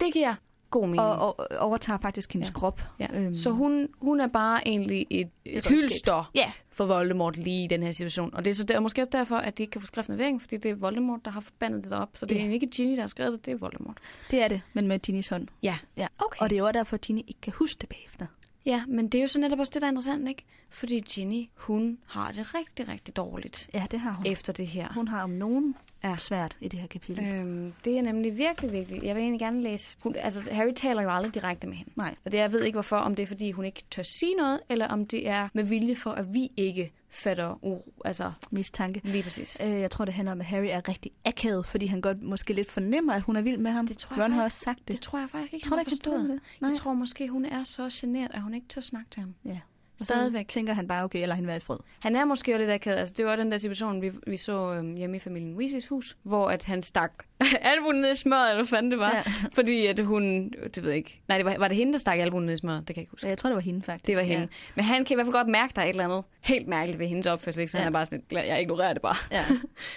Det giver god mening. og, og overtager faktisk hendes Ja. ja. krop. Ja. Øhm, Så hun, hun er bare egentlig et, et redskab. hylster Ja. for Voldemort lige i den her situation. Og det er så der, måske også derfor, at de ikke kan få skriften af væggen, fordi det er Voldemort, der har forbandet det op. Så det er Ja. egentlig ikke Ginny, der har skrevet det, det er Voldemort. Det er det, men med Ginis hånd. Ja. Ja. Okay. Og det er jo også derfor, at Ginny ikke kan huske det bagefter. Ja, men det er jo så netop også det, der er interessant, ikke? Fordi Ginny, hun har det rigtig, rigtig dårligt Ja, det har hun. efter det her. Hun har om nogen Ja. ja. svært i det her kapitel. Øhm, det er nemlig virkelig vigtigt. Jeg vil egentlig gerne læse... Hun, altså, Harry taler jo aldrig direkte med hende. Nej. Og det, jeg ved ikke hvorfor, om det er, fordi hun ikke tør sige noget, eller om det er med vilje for, at vi ikke fatter uro. Altså, Mistanke. lige præcis. Øh, jeg tror, det handler om, at Harry er rigtig akavet, fordi han godt måske lidt fornemmer, at hun er vild med ham. Det tror jeg Ron har faktisk- også sagt det. Det tror jeg faktisk ikke, hun Tror du har ikke, han fornemmer forstået. det? Nej. Jeg tror måske, hun er så generet, at hun ikke tør snakke til ham. Ja. Og Stadigvæk. Så tænker han bare, okay, eller han være i fred. Han er måske jo lidt akavet. Altså, det var den der situation, vi, vi så øhm, hjemme i familien Weasleys hus, hvor at han stak albuen ned i smøret, eller hvad fanden det var. Ja. Ja. Fordi at hun, det ved jeg ikke. Nej, det var, var det hende, der stak albuen ned i smøret? Det kan jeg ikke huske. Og jeg tror, det var hende, faktisk. Det var hende. Ja. Men han kan i hvert fald godt mærke, der er et eller andet helt mærkeligt ved hendes opførsel. Ikke? Så ja. Ja. han er bare sådan lidt, "Lad- jeg ignorerer det bare. Ja. ja.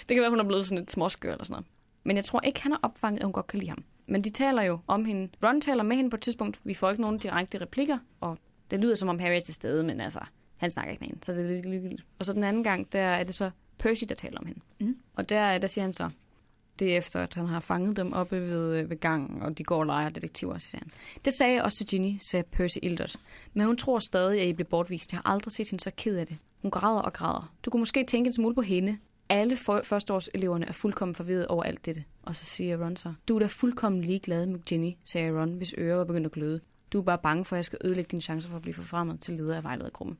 Det kan være, hun er blevet sådan lidt småskør eller sådan noget. Men jeg tror ikke, han har opfanget, at hun godt kan lide ham. Men de taler jo om hende. Ron taler med hende på et tidspunkt. Vi får ikke nogen direkte replikker, og det lyder som om Harry er til stede, men altså, han snakker ikke med hende, så det er lidt lykkeligt. Og så den anden gang, der er det så Percy, der taler om hende. Mm. Og der, der siger han så, det er efter, at han har fanget dem oppe ved, øh, ved gangen, og de går og leger detektiver, så siger han. Det sagde jeg også til Ginny, sagde Percy Ildert. Men hun tror stadig, at I blev bortvist. Jeg har aldrig set hende så ked af det. Hun græder og græder. Du kunne måske tænke en smule på hende. Alle for- førsteårseleverne er fuldkommen forvirret over alt dette. Og så siger Ron så, du er da fuldkommen ligeglad med Ginny, sagde Ron, hvis ører var begyndt at gløde. Du er bare bange for, at jeg skal ødelægge dine chancer for at blive forfremmet til leder af vejledergruppen.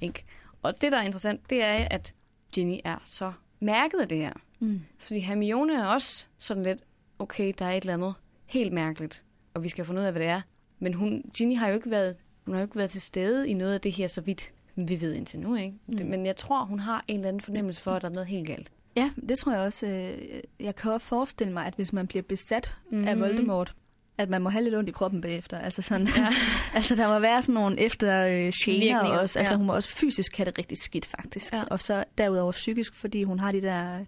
Ikke? Og det, der er interessant, det er, at Ginny er så mærket af det her. Mm. Fordi Hermione er også sådan lidt, okay, der er et eller andet helt mærkeligt, og vi skal finde ud af, hvad det er. Men hun, Ginny har jo ikke været, hun har jo ikke været til stede i noget af det her, så vidt vi ved indtil nu, ikke? Mm. Men jeg tror, hun har en eller anden fornemmelse for, at der er noget helt galt. ja, det tror jeg også. øh, Jeg kan også forestille mig, at hvis man bliver besat Mm. mm-hmm. Mhm. af Voldemort, at man må have lidt ondt i kroppen bagefter. Altså, sådan, ja. altså der må være sådan nogle efter øh, Virkninger, gener også. Altså ja. hun må også fysisk have det rigtig skidt, faktisk. Ja. Og så derudover psykisk, fordi hun har de der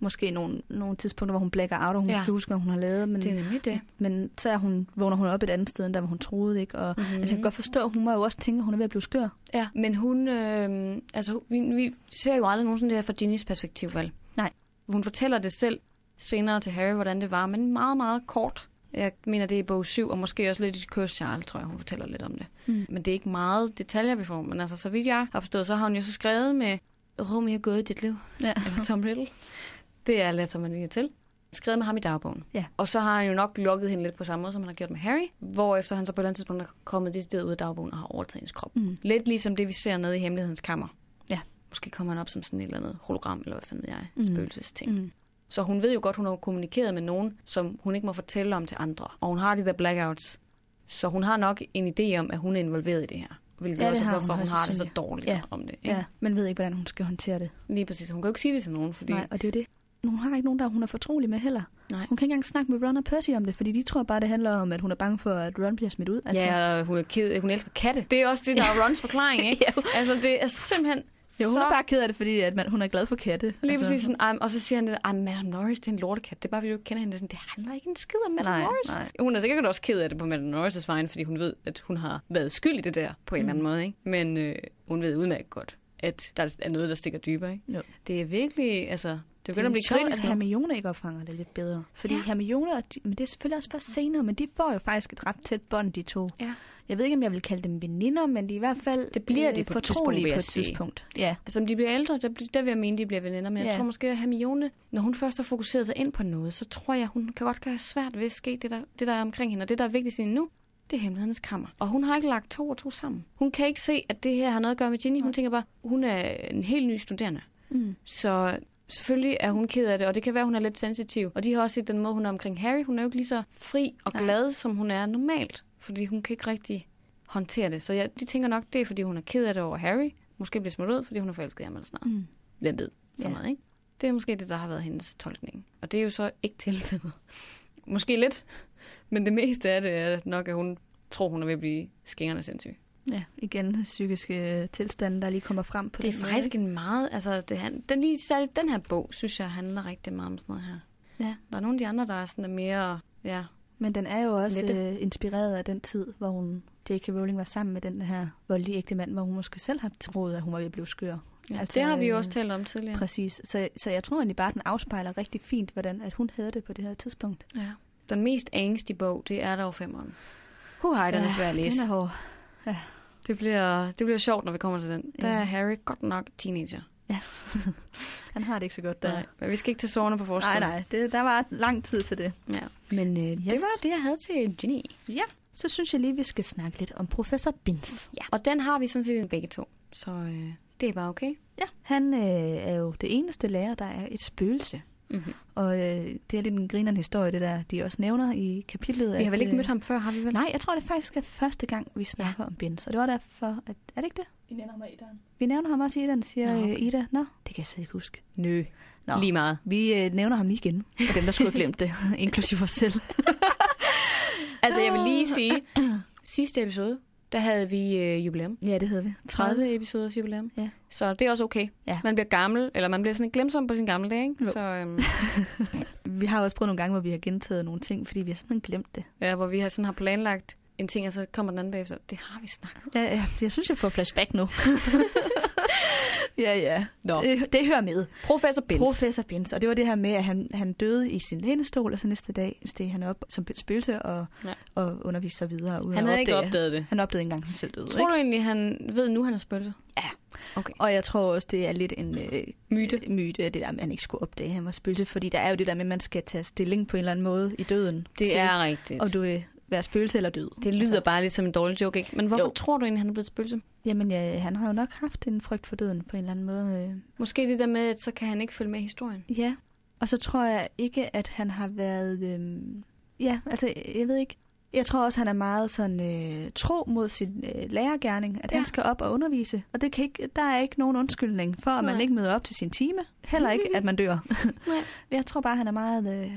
måske nogle, nogle tidspunkter, hvor hun blækker out, og hun Ja. ja. kan huske, hvad hun har lavet. Men Det er nemlig det. Men så er hun, vågner hun op et andet sted, end der, hvor hun troede, ikke? Og mm-hmm. Mhm. altså, jeg kan godt forstå, at hun må jo også tænke, at hun er ved at blive skør. Ja, men hun, øh, altså, vi, vi ser jo aldrig nogensinde det her fra Ginnys perspektiv, vel? Nej. Hun fortæller det selv senere til Harry, hvordan det var, men meget, meget kort. Jeg mener, det er i bog 7, og måske også lidt i Kurs Charles, tror jeg, hun fortæller lidt om det. Mm. Men det er ikke meget detaljer, vi får. Men altså, så vidt jeg har forstået, så har hun jo så skrevet med Rum, jeg har gået i dit liv. Ja. Eller Tom Riddle. Det er alt, som man lige til. Skrevet med ham i dagbogen. Ja. Og så har han jo nok lukket hende lidt på samme måde, som han har gjort med Harry. Hvorefter han så på et eller andet tidspunkt er kommet det sted ud af dagbogen og har overtaget hendes krop. Mm. Lidt ligesom det, vi ser nede i hemmelighedens kammer. Ja. Måske kommer han op som sådan et eller andet hologram, eller hvad fanden ved jeg, mm. Mm. spøgelsesting. Mm. Mm. Så hun ved jo godt, hun har kommunikeret med nogen, som hun ikke må fortælle om til andre. Og hun har de der blackouts. Så hun har nok en idé om, at hun er involveret i det her. Hvilket Ja, ja, det også er, har hun hvorfor hun, højst har det så sandsynligt. dårligt ja. Ja. om det. Ikke? Ja, men ved ikke, hvordan hun skal håndtere det. Lige præcis. Hun kan jo ikke sige det til nogen, fordi... Nej, og det er jo det. Hun har ikke nogen, der hun er fortrolig med heller. Nej. Hun kan ikke engang snakke med Ron og Percy om det, fordi de tror bare, det handler om, at hun er bange for, at Ron bliver smidt ud. Altså. Ja, og hun, er ked, hun elsker katte. Det er også det, der er Rons forklaring, ikke? jo. Altså, det er simpelthen Jo, hun så... er bare ked af det, fordi at man, hun er glad for katte. Lige altså, præcis sådan, "Ej, og så siger han, at Madame Norris, det er en lortekat. Det er bare, fordi du ikke kender hende. Det, er sådan, det handler ikke en skid om Madame Nej, Norris. nej. Hun er sikkert også ked af det på Madame Mm. Norris' vejen, fordi hun ved, at hun har været skyld i det der på en eller anden måde. Ikke? Men øh, hun ved udmærket godt, at der er noget, der stikker dybere. Ikke? Jo. Det er virkelig, altså, det Det er begynder at blive sjovt, kritisk at nu. Hermione ikke opfanger det lidt bedre. Fordi ja. Ja. Hermione, og de, men det er selvfølgelig også først senere, men de får jo faktisk et ret tæt bånd, de to. Ja. Jeg ved ikke, om jeg vil kalde dem veninder, men de er i hvert fald Det bliver de øh, på et tidspunkt, fortrolige vil på jeg et sige. tidspunkt. Ja. Altså, om de bliver ældre, der, bl- der vil jeg mene, de bliver veninder. Men ja. Ja. jeg tror måske, at Hermione, når hun først har fokuseret sig ind på noget, så tror jeg, hun kan godt gøre svært ved at ske det der, det, der er omkring hende. Og det, der er vigtigst lige nu, det er hemmelighedens kammer. Og hun har ikke lagt to og to sammen. Hun kan ikke se, at det her har noget at gøre med Ginny. Hun tænker bare, hun er en helt ny studerende. Mm. Så selvfølgelig er hun ked af det, og det kan være, hun er lidt sensitiv. Og de har også set den måde, hun er omkring Harry. Hun er jo ikke lige så fri og Nej. glad, Nej. som hun er normalt, fordi hun kan ikke rigtig håndtere det. Så jeg, de tænker nok, det er, fordi hun er ked af det over Harry. Måske bliver smidt ud, fordi hun er forelsket i ham eller sådan noget. Mm. Hvem ved? Så Ja. meget, ikke? Det er måske det, der har været hendes tolkning. Og det er jo så ikke tilfældet. Måske lidt, men det meste af det er nok, at hun tror, hun er ved at blive skængerne sindssyg. Ja, igen psykiske tilstande, der lige kommer frem på Det er den faktisk Måde, en meget... Altså, det, han- den, lige særligt den her bog, synes jeg, handler rigtig meget om sådan noget her. Ja. Der er nogle af de andre, der er sådan er mere... Ja, ikke? men den er jo også Lette. øh, inspireret af den tid, hvor hun, J.K. Rowling var sammen med den her voldelige ægte mand, hvor hun måske selv har troet, at hun var ved at blive skør. ja Altså, altså, det har vi jo øh, også talt om tidligere. Præcis. Så, så jeg tror egentlig bare, at den afspejler rigtig fint, hvordan at hun havde det på det her tidspunkt. Ja. Den mest angstige bog, det er dog femmeren. Huhej, den er svær at læse. Den er hård. Det, bliver, det bliver sjovt, når vi kommer til den. Der Ja. er Harry godt nok teenager. Han har det ikke så godt der. Der. Nej, men vi skal ikke tage sårene på forskud. nej, nej. Det, der var lang tid til det. Ja. Men øh, yes. det Yes. var det, jeg havde til Ginny. Så synes jeg lige, vi skal snakke lidt om professor Bins. Ja. Og den har vi sådan set begge to. Så øh, det er bare okay. Ja. Han øh, er jo det eneste lærer, der er et spøgelse. Mm-hmm. Og øh, det er lidt en grineren historie, det der, de også nævner i Vi kapitlet. har at, vel ikke øh, mødt ham før, har vi vel? Nej, jeg tror, det faktisk er første gang, vi snakker ja. om Bins. Og det var derfor, at... Er det ikke det? I nævner mig i døren. Vi nævner ham også i den, siger Nå, Nå, okay. okay. Ida. Nå, det kan jeg slet ikke huske. Nø. Nå. Lige meget. Vi øh, nævner ham lige igen. Og dem, der skulle have glemt det, inklusive os selv. Altså, jeg vil lige sige, sidste episode, der havde vi øh, jubilæum. Ja, det hedder vi. 30 episoders jubilæum. Ja. Så det er også okay. Ja. Man bliver gammel, eller man bliver sådan lidt glemsom på sin gamle dag, ikke? Jo. Så, øhm, Vi har også prøvet nogle gange, hvor vi har gentaget nogle ting, fordi vi har simpelthen glemt det. ja, hvor vi har sådan har planlagt en ting, og så kommer den anden bagefter. Det har vi snakket om. Ja, ja, jeg synes, jeg får flashback nu. ja, ja. Nå. Det, det hører med. Professor Bins. Professor Bins. Og det var det her med, at han, han døde i sin lænestol, og så næste dag steg han op som spøgelse og, ja. Ja. og underviste sig videre. Uden han at havde ikke opdage- opdaget det. Han opdagede ikke engang, at han selv døde. Tror Ikke? du egentlig, han ved nu, han er spøttet? Ja. Okay. Og jeg tror også, det er lidt en øh, Myte. myte, at det der, at man ikke skulle opdage, at han var spøgelse. Fordi der er jo det der med, at man skal tage stilling på en eller anden måde i døden. Det til, er rigtigt. Og du vil være spøgelse eller død. Det lyder bare lidt som en dårlig joke, ikke? Men hvorfor Jo. jo. tror du egentlig, han er blevet spøgelse? Altså, Jamen, ja, han har jo nok haft en frygt for døden på en eller anden måde. Måske det der med, at så kan han ikke følge med i historien. øh. Ja. Og så tror jeg ikke, at han har været... Øhm, ja, altså, jeg ved ikke. Jeg tror også, han er meget sådan øh, tro mod sin øh, lærergærning, at ja. Ja. han skal op og undervise. Og det kan ikke, der er ikke nogen undskyldning for, at man Nej. ikke møder op til sin time. Heller ikke, at man dør. Nej. Jeg tror bare, han er meget øh,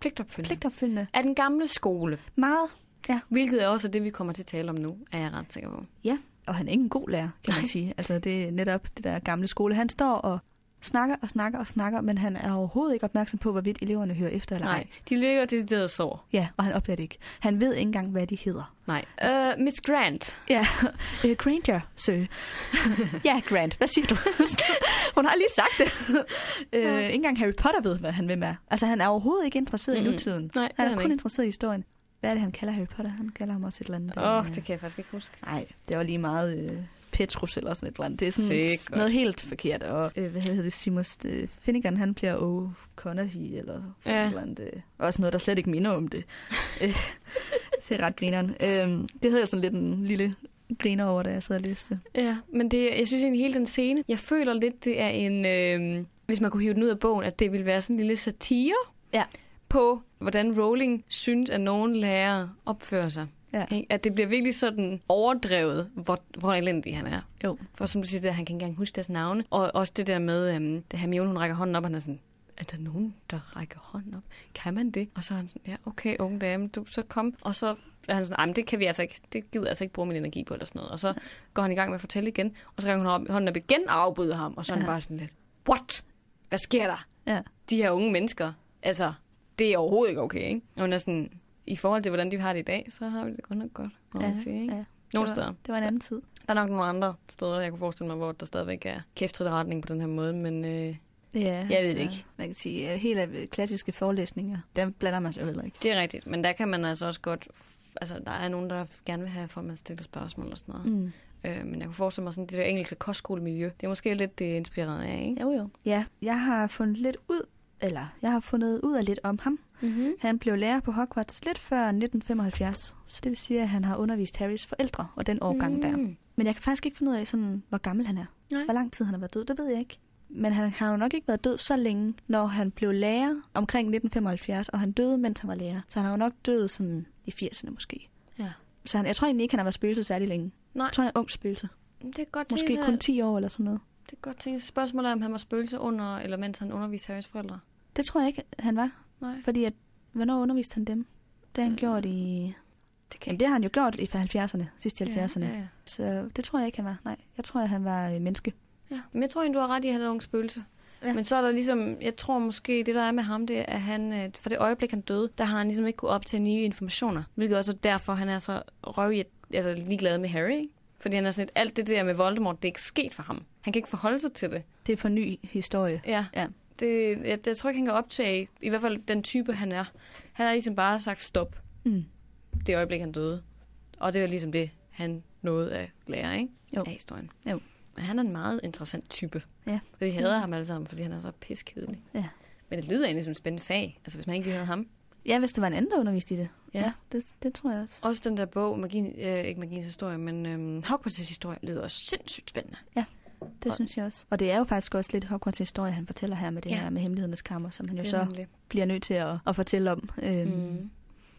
Pligtopfyldende. Pligt. pligtopfyldende. Er den gamle skole, Meget. hvilket er også det, vi kommer til at tale om nu, er jeg ret sikker på. Og han er ikke en god lærer, kan man Nej. sige. Altså, det er netop det der gamle skole. Han står og snakker og snakker og snakker, men han er overhovedet ikke opmærksom på, hvorvidt eleverne hører efter eller ej. Nej, de ligger decideret og sover. Ja, og han opdager det ikke. Han ved ikke engang, hvad de hedder. Nej. Uh, Miss Grant. Ja, øh, Granger, sø. ja, Grant, hvad siger du? Hun har lige sagt det. øh, ikke engang Harry Potter ved, hvad han vil med. Altså, han er overhovedet ikke interesseret mm-hmm. i Mm-mm. nutiden. Nej, det Han er er, han kun ikke. interesseret i historien. Hvad er det, han kalder Harry Potter? Han kalder ham også et eller andet. Åh, oh, øh, det kan jeg faktisk ikke huske. Nej, det var lige meget øh, Petrus eller sådan et eller andet. Det er sådan Sikkert. noget helt forkert. Og øh, hvad hedder det, Simons øh, Finnegan, han bliver O'Connorhy eller sådan ja. Ja. et eller andet. Øh. Også noget, der slet ikke minder om det. Øh, det er ret grineren. Øh, det havde jeg sådan lidt en lille griner over, da jeg sad og læste det. Ja, men det, jeg synes egentlig, hele den scene, jeg føler lidt, det er en... Øh, hvis man kunne hive den ud af bogen, at det ville være sådan en lille satire Ja. på, hvordan Rowling synes, at nogen lærere opfører sig. Ja. Ikke? At det bliver virkelig sådan overdrevet, hvor, hvor elendig han er. Jo. For som du siger, det, han kan ikke engang huske deres navne. Og også det der med, øhm, da Hermione hun rækker hånden op, og han er sådan, er der nogen, der rækker hånden op? Kan man det? Og så er han sådan, ja, okay, unge dame, du, så kom. Og så er han sådan, "Ej, men det kan vi altså ikke, det gider jeg altså ikke bruge min energi på, eller sådan noget. Og så går han i gang med at fortælle igen, og så rækker hun op, hånden op igen og afbryder ham, og så er han Ja. bare sådan lidt, what? Hvad sker der? Ja. De her unge mennesker, altså, det er overhovedet ikke okay, ikke? Og hun er sådan, i forhold til, hvordan de har det i dag, så har vi det godt nok godt, må man sige, ikke? ja. Nogle det var, steder. Det var en anden tid. Der er nok nogle andre steder, jeg kunne forestille mig, hvor der stadigvæk er kæftrit retning på den her måde, men øh, Ja, jeg ved det ikke. Man kan sige, at helt af øh, klassiske forelæsninger, dem blander man sig jo heller ikke. det er rigtigt. Men der kan man altså også godt... f- Altså, der er nogen, der gerne vil have, for at man stiller spørgsmål og sådan noget. Mm. Øh, men jeg kunne forestille mig sådan, det der engelske kostskolemiljø, det er måske lidt det er inspireret af, ikke? Mm. Jo, jo. Ja, jeg har fundet lidt ud, eller jeg har fundet ud af lidt om ham. Mm-hmm. Han blev lærer på Hogwarts lidt før 1975, så det vil sige, at han har undervist Harrys forældre og den årgang mm. der. Men jeg kan faktisk ikke finde ud af, sådan, hvor gammel han er. Nej. Hvor lang tid han har været død, det ved jeg ikke. Men han har jo nok ikke været død så længe, når han blev lærer omkring 1975, og han døde, mens han var lærer. Så han har jo nok død sådan i 80'erne måske. Ja. Så han, jeg tror egentlig ikke, han har været spøgelse særlig længe. Nej. Jeg tror, han er ung spøgelse. Det er godt Måske tænkt, kun at- 10 år eller sådan noget. Det er godt tænkt. Spørgsmålet er, om han var spøgelse under, eller mens han underviste Harrys forældre. Det tror jeg ikke, han var. Nej. Fordi at, hvornår underviste han dem? Det har han Øh, gjort i... Det Jamen, det har han jo gjort i 70'erne, sidste 70'erne. Ja, ja. Så det tror jeg ikke, han var. Nej, jeg tror, at han var øh, menneske. Ja. Men jeg tror egentlig, du har ret i, at han er en ung spøgelse. Ja. Ja. Men så er der ligesom, jeg tror måske, det der er med ham, det er, at han, øh, for det øjeblik, han døde, der har han ligesom ikke kunne optage nye informationer. Hvilket også er derfor, han er så røv, altså ligeglad med Harry, ikke? Fordi han er sådan, lidt, alt det der med Voldemort, det er ikke sket for ham. Han kan ikke forholde sig til det. Det er for ny historie. Ja. Ja. Det, jeg, jeg tror ikke, han kan optage, i hvert fald den type, han er. Han har ligesom bare sagt stop. Mm. det øjeblik, han døde. Og det var ligesom det, han nåede at lære, ikke? Jo. Af historien. Jo. Men han er en meget interessant type. Ja. Og vi hader ham alle sammen, fordi han er så piskedelig. Ja. Men det lyder egentlig som et spændende fag, altså hvis man ikke lige havde ham. Ja, hvis det var en anden, der underviste i det. Ja. det, det tror jeg også. Også den der bog, Magin, øh, ikke Magins historie, men øh, Hogwarts' historie, lyder også sindssygt spændende. Det Og- synes jeg også. Og det er jo faktisk også lidt Hogwarts historie, han fortæller her med det Ja. ja. her med hemmelighedernes kammer, som han jo det er så nemlig- bliver nødt til at, at fortælle om. Øhm, mm. Mm.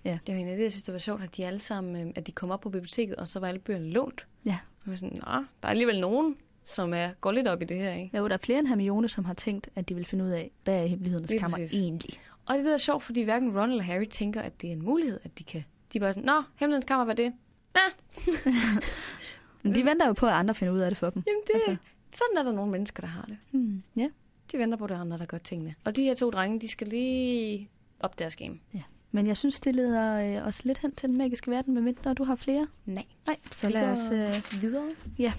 ja. Det var egentlig det, jeg synes, det var sjovt, at de alle sammen, øh, at de kom op på biblioteket, og så var alle bøgerne lånt. Ja. Og jeg var sådan, "Nå, der er alligevel nogen, som er, går lidt op i det her, ikke? Jo, der er flere end Hermione, som har tænkt, at de vil finde ud af, hvad er hemmelighedernes Lige kammer præcis. egentlig. Og det er sjovt, fordi hverken Ron eller Harry tænker, at det er en mulighed, at de kan. De er bare sådan, nå, hemmelighedens kammer, hvad er det? Men de venter jo på, at andre finder ud af det for dem. Jamen det, Altså. altså. sådan er der nogle mennesker, der har det. Hmm. Ja. De venter på, at det er andre, der gør tingene. Og de her to drenge, de skal lige op deres game. Men jeg synes, det leder øh, os lidt hen til den magiske verden, medmindre du har flere. Nej. Nej, så Vi lad går os... Øh, Videre. Ja.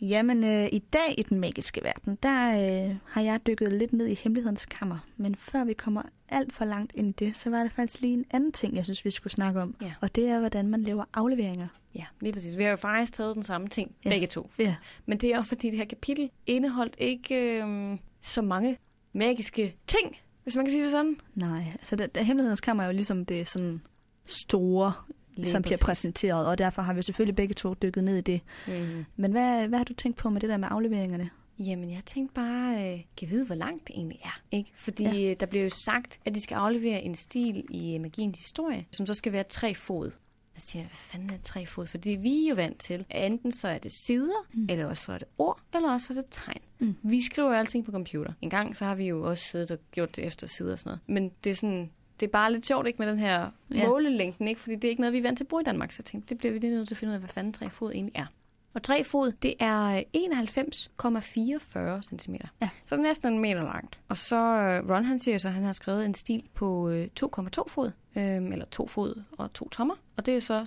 Jamen, øh, i dag i den magiske verden, der øh, har jeg dykket lidt ned i hemmelighedens kammer. Men før vi kommer alt for langt ind i det, så var der faktisk lige en anden ting, jeg synes, vi skulle snakke om. Ja. Og det er, hvordan man laver afleveringer. Ja, lige præcis. Vi har jo faktisk taget den samme ting, Ja. ja. begge to. Ja. Men det er jo fordi, det her kapitel indeholdt ikke øhm, så mange magiske ting, hvis man kan sige det sådan. Nej, altså det, det, hemmelighedens kammer er jo ligesom det sådan store, Lige som bliver præcis. præsenteret. Og derfor har vi selvfølgelig begge to dykket ned i det. Mm. Men hvad, hvad har du tænkt på med det der med afleveringerne? Jamen, jeg tænkte bare, øh, kan vide, hvor langt det egentlig er. Ikke? Fordi ja. øh, der bliver jo sagt, at de skal aflevere en stil i øh, magiens historie, som så skal være tre fod. Jeg siger, hvad fanden er tre fod? Fordi vi er jo vant til, at enten så er det sider, mm. eller også så er det ord, eller også så er det tegn. Mm. Vi skriver jo alting på computer. En gang så har vi jo også siddet og gjort det efter sider og sådan noget. Men det er sådan, det er bare lidt sjovt, ikke, med den her Ja. ja. målelængden, ikke? Fordi det er ikke noget, vi er vant til at bruge i Danmark. Så jeg tænkte, det bliver vi lige nødt til at finde ud af, hvad fanden tre fod egentlig er. Og tre fod, det er øh, 91,44 cm. Ja. Så det er næsten en meter langt. Og så øh, Ron, han siger så, at han har skrevet en stil på øh, 2,2 fod, øh, eller 2 fod og 2 tommer. Og det er så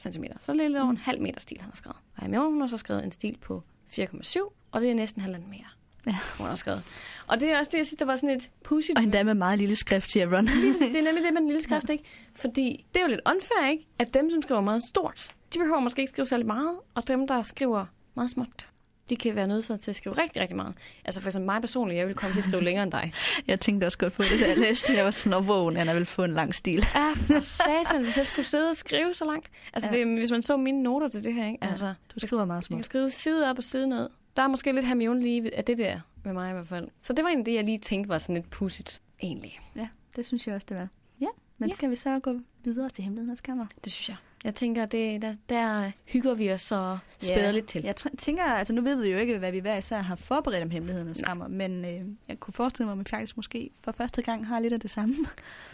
67,5 cm. Så er det lidt over en Mm. halv meter stil, han har skrevet. Og Hermione, hun har så skrevet en stil på 4,7, og det er næsten halvanden meter. Ja. Hun har skrevet. Og det er også det, jeg synes, der var sådan et pudsigt Og endda med meget lille skrift til at run. Lige præcis. det er nemlig det med den lille skrift, ikke? Fordi det er jo lidt unfair, ikke? At dem, som skriver meget stort, de behøver måske ikke skrive særlig meget, og dem, der skriver meget småt, de kan være nødsaget til at skrive rigtig, rigtig meget. Altså for eksempel mig personligt, jeg vil komme til at skrive længere end dig. Jeg tænkte også godt på det, da jeg læste det. Jeg var sådan, "Nå, vågen, han vil få en lang stil. Ja, for satan, hvis jeg skulle sidde og skrive så langt. Altså Ja. ja. det, hvis man så mine noter til det her, ikke? Ja. Altså, jeg Du skriver meget kan smukt. skrive side op og side ned. Der er måske lidt Hermione lige af det der, med mig i hvert fald. Så det var egentlig det, jeg lige tænkte var sådan lidt pudsigt, egentlig. Ja, det synes jeg også, det var. Ja, men Ja. skal vi så gå videre til hemmelighedens kammer? Det synes jeg. Jeg tænker, det, der, der hygger vi os og spæder lidt til. Jeg tr- tænker, altså nu ved vi jo ikke, hvad vi hver især har forberedt om hemmelighedens kammer, men øh, jeg kunne forestille mig, at vi faktisk måske for første gang har lidt af det samme.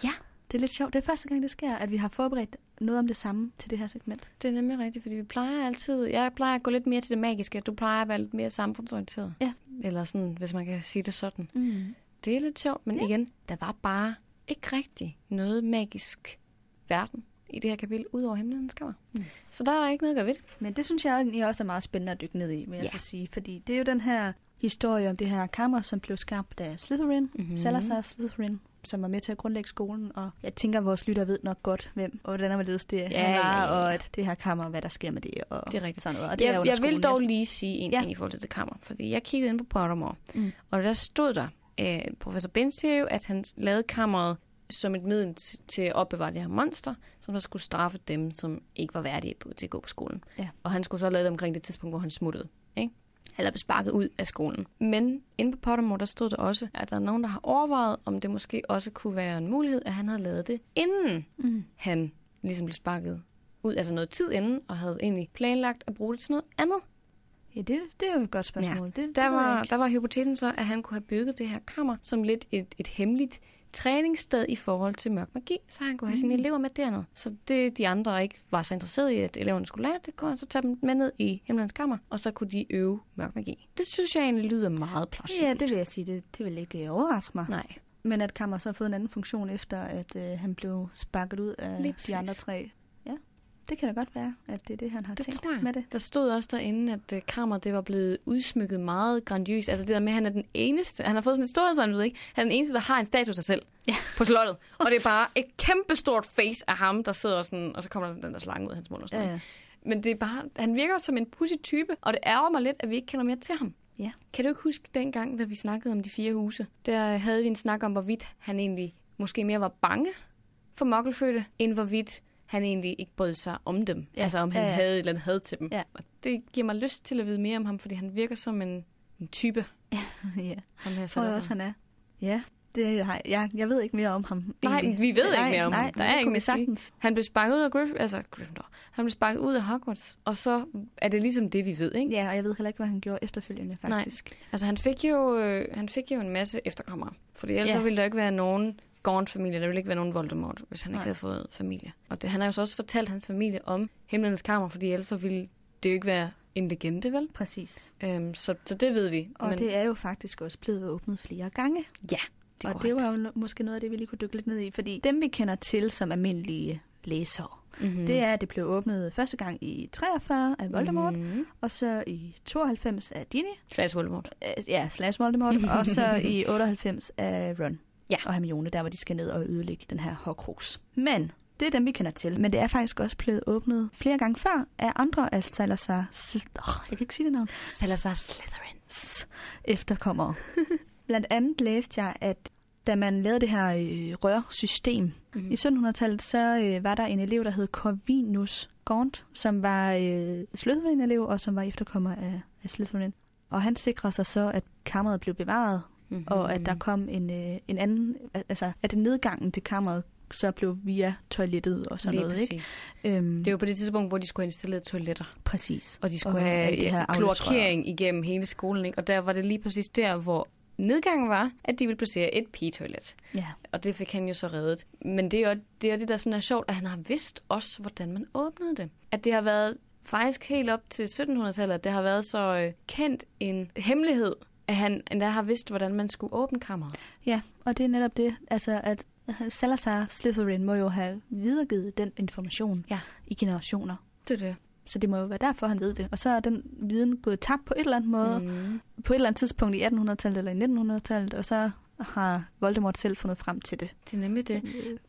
Ja. Det er lidt sjovt. Det er første gang, det sker, at vi har forberedt noget om det samme til det her segment. Det er nemlig rigtigt, fordi vi plejer altid... Jeg plejer at gå lidt mere til det magiske, og du plejer at være lidt mere samfundsorienteret. Ja. Eller sådan, hvis man kan sige det sådan. Mm. Det er lidt sjovt, men Ja. ja. igen, der var bare ikke rigtig noget magisk verden i det her kapitel, ud over hemmelighedens kammer. Mm. Så der er der ikke noget at gøre ved det. Men det synes jeg egentlig også er meget spændende at dykke ned i, vil jeg Ja. så sige. Fordi det er jo den her historie om det her kammer, som blev skabt af Slytherin, mm-hmm. Mm. Salazar Slytherin, som var med til at grundlægge skolen. Og jeg tænker, at vores lytter ved nok godt, hvem og hvordan og hvorledes det ja, ja, var, ja. og at det her kammer, og hvad der sker med det. Og Det er rigtigt. Sådan noget. Og det Jeg, er under jeg vil skolen dog lidt. lige sige en Ja. ja. ting i forhold til det kammer, fordi jeg kiggede ind på Pottermore, Mm. mm. og der stod der, øh, professor Bensev, at han lavede kammeret som et middel t- til at opbevare det her monster, som der skulle straffe dem, som ikke var værdige på, til at gå på skolen. Ja. Og han skulle så lave det omkring det tidspunkt, hvor han smuttede. Ikke? Eller blev sparket ud af skolen. Men inde på Pottermore, der stod der også, at der er nogen, der har overvejet, om det måske også kunne være en mulighed, at han havde lavet det, inden Mm. han ligesom blev sparket ud, altså noget tid inden, og havde egentlig planlagt at bruge det til noget andet. Ja, det, det er jo et godt spørgsmål. Ja. Det, Der det ved jeg var, ikke. der var hypotesen så, at han kunne have bygget det her kammer som lidt et, et hemmeligt træningssted i forhold til mørk magi, så han kunne have Mm. sine elever med dernede. Så det, de andre ikke var så interesserede i, at eleverne skulle lære, det kunne han så tage dem med ned i himlens kammer, og så kunne de øve mørk magi. Det synes jeg egentlig lyder meget plausibelt. Ja, det vil jeg sige. Det, det vil ikke øh, overraske mig. Nej. Men at Kammer så har fået en anden funktion, efter at øh, han blev sparket ud af Lige de præcis. andre tre. Ja, det kan da godt være, at det er det, han har Det tænkt tror jeg. med det. Der stod også derinde, at øh, kammer det var blevet udsmykket meget grandiøst. Altså det der med, at han er den eneste, han har fået sådan et stort sådan, ved ikke? Han er den eneste, der har en statue af sig selv Ja. ja. på slottet. Og det er bare et kæmpe stort face af ham, der sidder sådan, og så kommer der den der slange ud af hans mund og sådan Ja, noget. ja. Men det er bare, han virker som en pussy type, og det ærger mig lidt, at vi ikke kender mere til ham. Ja. Kan du ikke huske dengang, da vi snakkede om de fire huse? Der havde vi en snak om, hvorvidt han egentlig måske mere var bange for mokkelfødte, end hvorvidt han egentlig ikke brød sig om dem. Ja. Ja. Altså om han Ja, ja, ja. ja. havde et eller andet had til dem. Ja. Og det giver mig lyst til at vide mere om ham, fordi han virker som en, en type. ja. Ham her Jeg tror jeg også, han er. Ja, det har jeg. Jeg ved ikke mere om ham. Nej, egentlig. vi ved nej, ikke mere om nej, ham. Der men er det ingen kunne vi at sige. sagtens. Han blev sparket ud af Gryff- altså Gryffindor. Han blev sparket ud af Hogwarts, og så er det ligesom det, vi ved, ikke? Ja, og jeg ved heller ikke, hvad han gjorde efterfølgende, Nej. faktisk. Altså, han fik jo, øh, han fik jo en masse efterkommere. Fordi ellers Ja. ja. så ville der ikke være nogen Gaunt-familie, der ville ikke være nogen Voldemort, hvis han ikke Nej. havde fået familie. Og det, han har jo så også fortalt hans familie om Himlens Kammer, fordi ellers så ville det jo ikke være en legende, vel? Præcis. Øhm, så, så det ved vi. Og Men... det er jo faktisk også blevet åbnet flere gange. ja, det er og det var jo no- måske noget af det, vi lige kunne dykke lidt ned i. Fordi dem, vi kender til som almindelige læsere, mm-hmm. mm. det er, at det blev åbnet første gang i 43 af Voldemort, Mm-hmm. og så i 92 af Ginny, Slags Voldemort. øh, ja, slash Voldemort, og så i 98 af Ron Ja. og Hermione, der hvor de skal ned og ødelægge den her Horcrux. Men det er dem, vi kender til. Men det er faktisk også blevet åbnet flere gange før af andre af Salazar... S- oh, jeg kan ikke sige det navn. Salazar Slytherin. S- efterkommere. Blandt andet læste jeg, at da man lavede det her øh, rørsystem Mm-hmm. i 1700-tallet, så øh, var der en elev, der hed Corvinus Gaunt, som var øh, Slytherin-elev, og som var efterkommer af, af Slytherin. Og han sikrede sig så, at kammeret blev bevaret, Mm-hmm. og at der kom en, øh, en anden, al- altså at nedgangen til kammeret så blev via toilettet og sådan Lige noget, præcis. ikke? Øhm, Det var på det tidspunkt, hvor de skulle have installeret toiletter. Præcis. Og de skulle og Og have alt det her ja, afløbsrør. kloakering igennem hele skolen, ikke? Og der var det lige præcis der, hvor nedgangen var, at de ville placere et pigetoilet. Ja. Og det fik han jo så reddet. Men det er jo det, er det der sådan er sjovt, at han har vidst også, hvordan man åbnede det. At det har været faktisk helt op til 1700-tallet, at det har været så øh, kendt en hemmelighed, at han endda har vidst, hvordan man skulle åbne kammeret. ja, og det er netop det, altså at Salazar Slytherin må jo have videregivet den information Ja. i generationer. Det er det. Så det må jo være derfor, han ved det. Og så er den viden gået tabt på et eller andet måde, mm. Mm. på et eller andet tidspunkt i 1800-tallet eller i 1900-tallet, og så har Voldemort selv fundet frem til det. Det er nemlig det.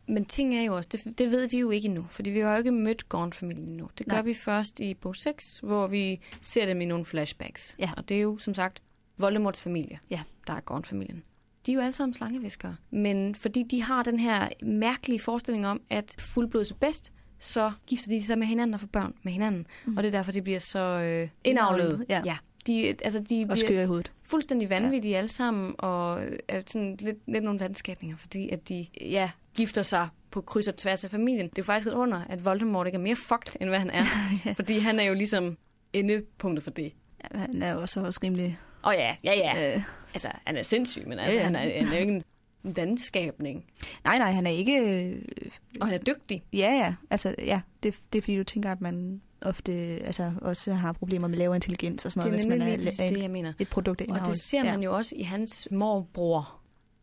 Men ting er jo også, det, det ved vi jo ikke endnu, fordi vi har jo ikke mødt Gorn-familien endnu. Det gør Nej. Nej. vi først i bog 6, hvor vi ser dem i nogle flashbacks. Ja. Og det er jo som sagt Voldemorts familie, Ja. der er Gorn-familien. De er jo alle sammen slangeviskere, men fordi de har den her mærkelige forestilling om, at fuldblods er bedst, så gifter de sig med hinanden og får børn med hinanden. Mm. Og det er derfor, de bliver så øh, indavlet. Ja. ja. De, altså, de Og bliver skøre i hovedet. fuldstændig vanvittige ja. alle sammen, og øh, er sådan lidt, lidt nogle vandskabninger, fordi at de ja, gifter sig på kryds og tværs af familien. Det er jo faktisk et under, at Voldemort ikke er mere fucked, end hvad han er. ja. Fordi han er jo ligesom endepunktet for det. Ja, han er jo så også rimelig... Og ja, ja, ja. Øh, Altså, han er sindssyg, men altså, Ja, ja. ja. han, er, han er jo ikke en vandskabning. nej, nej, han er ikke... Øh, Og han er dygtig. ja, ja, altså, ja, det, det er fordi, du tænker, at man ofte altså, også har problemer med lavere intelligens og Det sådan noget, er hvis man nemlig er lige præcis la- det, jeg mener. et produkt af Og indavl. det ser man jo også i hans morbror.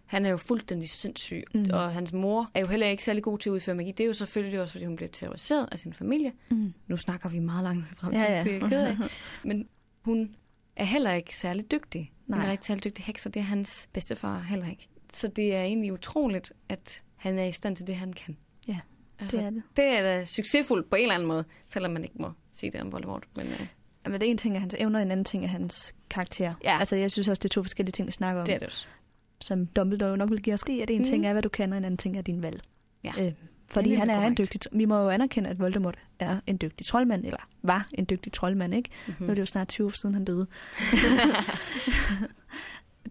Han er jo fuldstændig sindssyg, Mm. mm. og hans mor er jo heller ikke særlig god til at udføre magi. Det er jo selvfølgelig også, fordi hun bliver terroriseret af sin familie. Mm. Nu snakker vi meget langt frem til, Ja, ja. det er jeg ked af. Men hun er heller ikke særlig dygtig. Nej. Nej. Hun er ikke særlig dygtig heks, og det er hans bedstefar heller ikke. Så det er egentlig utroligt, at han er i stand til det, han kan. Ja, altså, Det er det. det er da succesfuldt på en eller anden måde, selvom man ikke må sige det om Voldemort. Men øh, Men det ene ting er hans evner, en anden ting er hans karakter. Ja. Altså, jeg synes også, det er to forskellige ting, vi snakker om. det er det også. Som Dumbledore jo nok vil give os rig, at en mm. ting Mhm. er, hvad du kan, og en anden ting er din valg. Ja. Øh, fordi nemlig han er en korrekt. dygtig... Vi må jo anerkende, at Voldemort er en dygtig troldmand, eller var en dygtig troldmand, ikke? Mhm. Mm. Nu er det jo snart 20 år siden, han døde.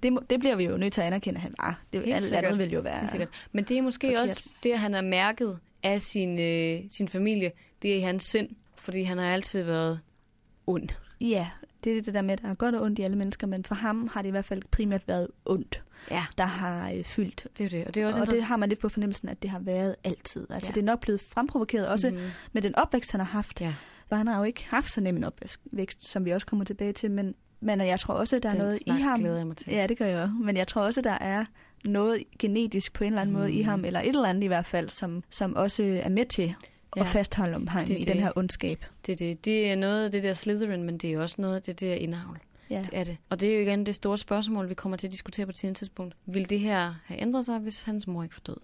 det, må, det bliver vi jo nødt til at anerkende, at han var. Det, Helt alt sikkert. andet vil jo være... Helt sikkert. Men det er måske Forkert. Forkert. også det, han har mærket af sin, øh, sin familie. Det er i hans sind, fordi han har altid været ond. Ja, det er det der med, at der er godt og ondt i alle mennesker, men for ham har det i hvert fald primært været ondt, Ja, der har øh, fyldt. det er jo det. Og det er også Og det interessant. har man lidt på fornemmelsen, at det har været altid. Altså, ja. Ja. det er nok blevet fremprovokeret også mm. mm-hmm. med den opvækst, han har haft. ja. For han har jo ikke haft så nem en opvækst, som vi også kommer tilbage til, men, men jeg tror også, der er Den noget i snak ham. glæder jeg mig til. Ja, det gør jeg også. Men jeg tror også, der er noget genetisk på en eller anden mm. måde i Mm. ham, eller et eller andet i hvert fald, som, som også er med til ja. Ja. at fastholde om ham Det i er det. det. den her ondskab. Det, er det, det er noget af det der Slytherin, men det er også noget af det der indhavl. Ja. Det er det. Og det er jo igen det store spørgsmål, vi kommer til at diskutere på et senere tidspunkt. Vil det her have ændret sig, hvis hans mor ikke var død?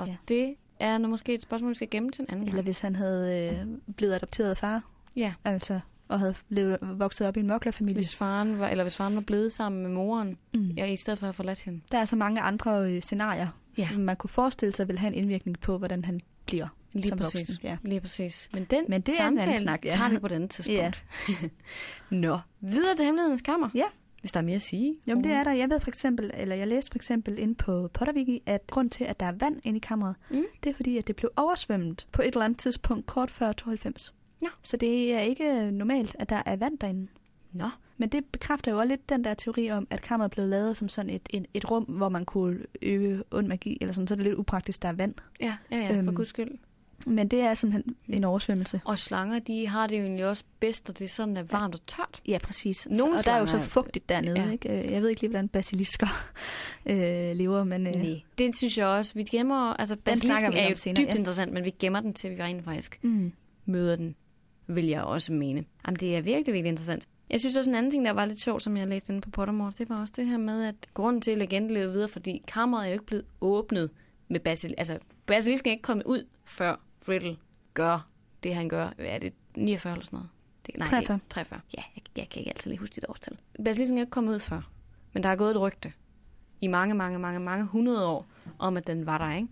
Og Ja. ja. det er nu måske et spørgsmål, vi skal gemme til en anden Eller gang. hvis han havde øh, blevet adopteret af far, Ja, altså, og havde levet, vokset op i en moklerfamilie. hvis faren, var, eller hvis faren var blevet sammen med moren, Mm. ja, i stedet for at have forladt hende. Der er så mange andre øh, scenarier, ja. Ja. som man kunne forestille sig vil have en indvirkning på, hvordan han bliver Lige som præcis. voksen. Ja. Lige præcis. Men den Men Men det er det en anden samtale er snak, snak, ja. ja. tager vi på et andet tidspunkt. Ja. Nå, videre til hemmelighedens kammer. Ja. Hvis der er mere at sige. Jamen det er der. Jeg ved for eksempel, eller jeg læste for eksempel ind på Potterviki, at grund til, at der er vand inde i kammeret, Mm. det er fordi, at det blev oversvømmet på et eller andet tidspunkt kort før 92. Nå. Så det er ikke øh, normalt, at der er vand derinde. Nå, Men det bekræfter jo også lidt den der teori om, at kammeret blev lavet som sådan et, et, et rum, hvor man kunne øve ond magi, eller sådan, så er det lidt upraktisk, der er vand. ja, ja, ja for Øhm. øhm. guds skyld. Men det er simpelthen Mm. en oversvømmelse. Og slanger, de har det jo egentlig også bedst, og det er sådan, at varmt og tørt. Ja, præcis. Nogle så, og der er jo så slanger er- fugtigt dernede. Ja. Ja. Ikke? Øh, Jeg ved ikke lige, hvordan basilisker øh, lever, men... Øh, Nej. Det synes jeg også. Vi gemmer, altså den snakker vi er om jo senere, dybt ja. interessant, men vi gemmer den til, vi rent faktisk Mm. møder den, vil jeg også mene. Jamen, det er virkelig, virkelig interessant. Jeg synes også en anden ting, der var lidt sjov, som jeg læste inde på Pottermore, det var også det her med, at grunden til, at legenden levede videre, fordi kammeret er jo ikke blevet åbnet med Basil. Altså, Basilisken er ikke kommet ud, før Riddle gør det, han gør. Hvad er det? 49 eller sådan noget? Det, nej, 43. 43. Ja, jeg, jeg kan ikke altid lige huske dit årstal. Basilisken er ikke kommet ud før, men der er gået et rygte i mange, mange, mange, mange hundrede år om, at den var der, ikke?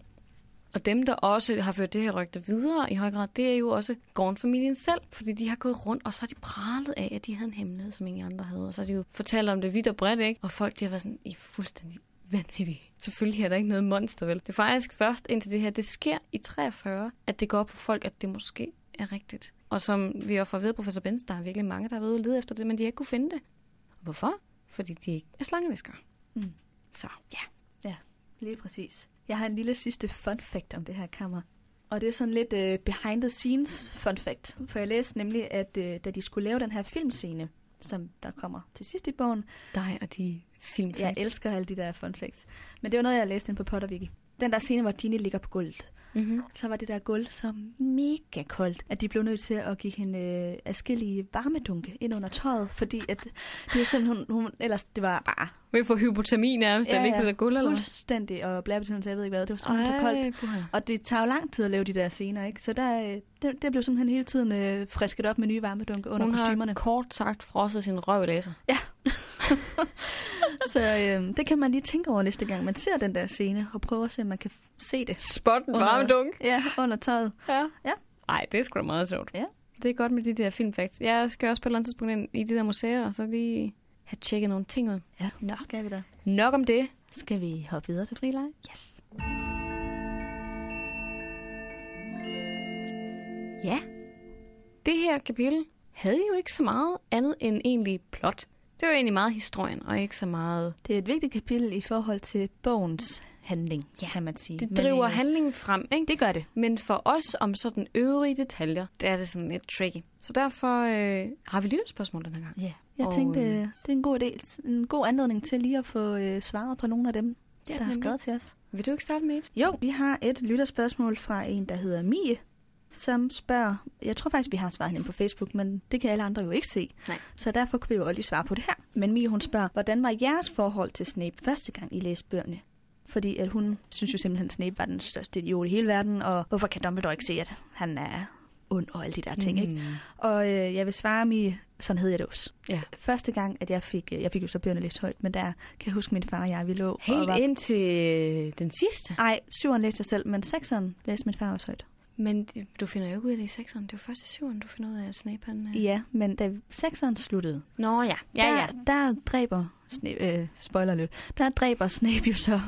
Og dem, der også har ført det her rygte videre i høj grad, det er jo også Gorn-familien selv, fordi de har gået rundt, og så har de pralet af, at de havde en hemmelighed, som ingen andre havde, og så har de jo fortalt om det vidt og bredt, ikke? Og folk, de har været sådan, I er fuldstændig vanvittige. Selvfølgelig er der ikke noget monster, vel? Det er faktisk først indtil det her, det sker i 43, at det går op for folk, at det måske er rigtigt. Og som vi har fået at vide af professor Benz, der er virkelig mange, der har været ude og lede efter det, men de har ikke kunne finde det. Hvorfor? Fordi de ikke er slangeviskere. Mm. Så ja, Lige præcis. Jeg har en lille sidste fun fact om det her kammer. Og det er sådan lidt øh, behind the scenes fun fact. For jeg læste nemlig, at øh, da de skulle lave den her filmscene, som der kommer til sidst i bogen, dig og de filmfacts. jeg elsker alle de der fun facts. Men det var noget, jeg læste ind på Potterviki. Den der scene, hvor Ginny ligger på gulvet, Mm-hmm. så var det der gulv så mega koldt, at de blev nødt til at give hende øh, afskillige varmedunke ind under tøjet, fordi at det er simpelthen, hun, hun, ellers det var bare Vi får hypotermi nærmest, ja, ja. ikke blevet guld, eller hvad? fuldstændig, og blærebetændelse, jeg ved ikke hvad, det var simpelthen så koldt. puha. Og det tager jo lang tid at lave de der scener, ikke? Så der, øh, det, det blev simpelthen hele tiden øh, frisket op med nye varmedunke under Hun kostymerne. har kort sagt frosset sin røv i laser. Så øh, det kan man lige tænke over næste gang, man ser den der scene, og prøve at se, om man kan f- se det. Spot en varme dunk. Ja, under tøjet. Ja. Ja. Ej, det er sgu da meget sjovt. Ja. Det er godt med de der filmfacts. Jeg skal også på et eller andet tidspunkt ind i de der museer, og så lige have tjekket nogle ting ud. Ja, Nå. skal vi da. Nok om det. Skal vi hoppe videre til frileg? Yes. Ja. Det her kapitel havde jo ikke så meget andet end egentlig plot. Det var egentlig meget historien, og ikke så meget... Det er et vigtigt kapitel i forhold til bogens handling, ja. Ja, kan man sige. Det Men, driver øh, handlingen frem, ikke? Det gør det. Men for os om sådan øvrige detaljer, der er det sådan lidt tricky. Så derfor øh, har vi lytterspørgsmål den her gang. Ja. Jeg Og, tænkte, øh, øh, det er en god, del, en god anledning til lige at få øh, svaret på nogle af dem, Det er der har det nemlig. skrevet til os. Vil du ikke starte med et? Jo, vi har et lytterspørgsmål fra en, der hedder Mie, som spørger, jeg tror faktisk, vi har svaret hende på Facebook, men det kan alle andre jo ikke se. Nej. Så derfor kan vi jo også lige svare på det her. Men Mie, hun spørger, hvordan var jeres forhold til Snape første gang, I læste bøgerne? Fordi at hun synes jo simpelthen, at Snape var den største idiot i hele verden, og hvorfor kan Dumbledore ikke se, at han er ond og alle de der Mhm. ting, mm. ikke? Og øh, jeg vil svare Mie, sådan hed jeg det også. Ja. Første gang, at jeg fik, øh, jeg fik jo så bøgerne læst højt, men der kan jeg huske min far og jeg, vi lå og Helt var ind til øh, den sidste. ej, syveren læste jeg selv, men sekseren læste min far også højt. Men det- du finder jo ikke ud af det i sekseren. Det er jo først i syveren, du finder ud af, at Snape han... øh- Ja, men da sekseren sluttede, Nå ja, ja, ja. Der, der dræber Snape, øh, spoiler lidt, der dræber Snape jo så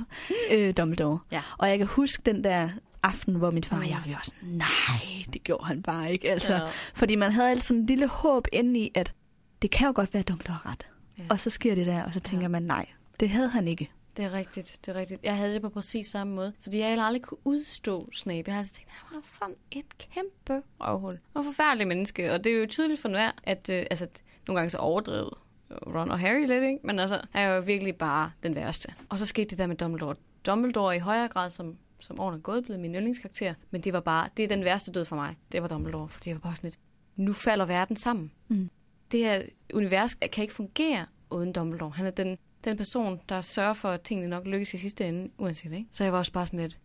øh, Dumbledore. Ja. Og jeg kan huske den der aften, hvor min far og jeg var også, nej, det gjorde han bare ikke. Altså, Ja. Fordi man havde altid en lille håb inde i, at det kan jo godt være, at Dumbledore har ret. Ja. Og så sker det der, og så tænker Ja. man, nej, det havde han ikke. Det er rigtigt, det er rigtigt. Jeg havde det på præcis samme måde, fordi jeg heller aldrig kunne udstå Snape. Jeg havde altid tænkt, han var sådan et kæmpe røvhul. Og forfærdelig menneske, og det er jo tydeligt for enhver, at øh, altså, nogle gange så overdrevet øh, Ron og Harry lidt, ikke? men altså, han er jo virkelig bare den værste. Og så skete det der med Dumbledore. Dumbledore er i højere grad, som, som årene er gået, blevet min yndlingskarakter, men det var bare, det er den værste død for mig. Det var Dumbledore, fordi jeg var bare sådan lidt, nu falder verden sammen det her univers kan ikke fungere uden Dumbledore. Han er den, den person, der sørger for, at tingene nok lykkes i sidste ende, uanset, ikke? Så jeg var også bare sådan lidt,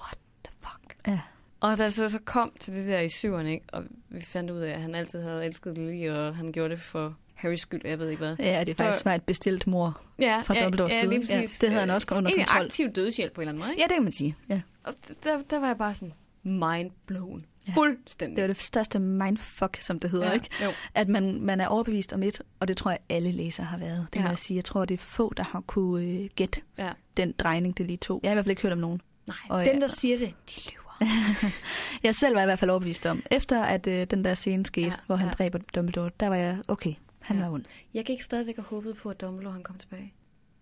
what the fuck? Ja. Og da jeg så, så kom til det der i syveren, ikke? Og vi fandt ud af, at han altid havde elsket Lily, og han gjorde det for Harrys skyld, jeg ved ikke hvad. Ja, det faktisk var et bestilt mor Ja, fra ja, Dumbledores ja, side. lige præcis. det havde han også under Egentlig kontrol. aktiv dødshjælp på en eller anden måde, ikke? Ja, det kan man sige. Ja. Og der, der var jeg bare sådan, mind blown. Ja. Ja. Fuldstændig. Det var det største mindfuck, som det hedder, ja. ikke? Jo. at man, man er overbevist om et, og det tror jeg, alle læsere har været. Det ja. må Ja. jeg sige. Jeg tror, det er få, der har kunne øh, gætte Ja. den drejning, det lige tog. Jeg har i hvert fald ikke hørt om nogen. Nej, Og ja. dem, der siger det, de lyver. Jeg selv var i hvert fald overbevist om, efter at øh, den der scene skete, ja. Ja, hvor han ja. ja. dræber Dumbledore, der var jeg, okay, han ja. Ja. var ond. Jeg gik stadigvæk og håbede på, at Dumbledore han kom tilbage.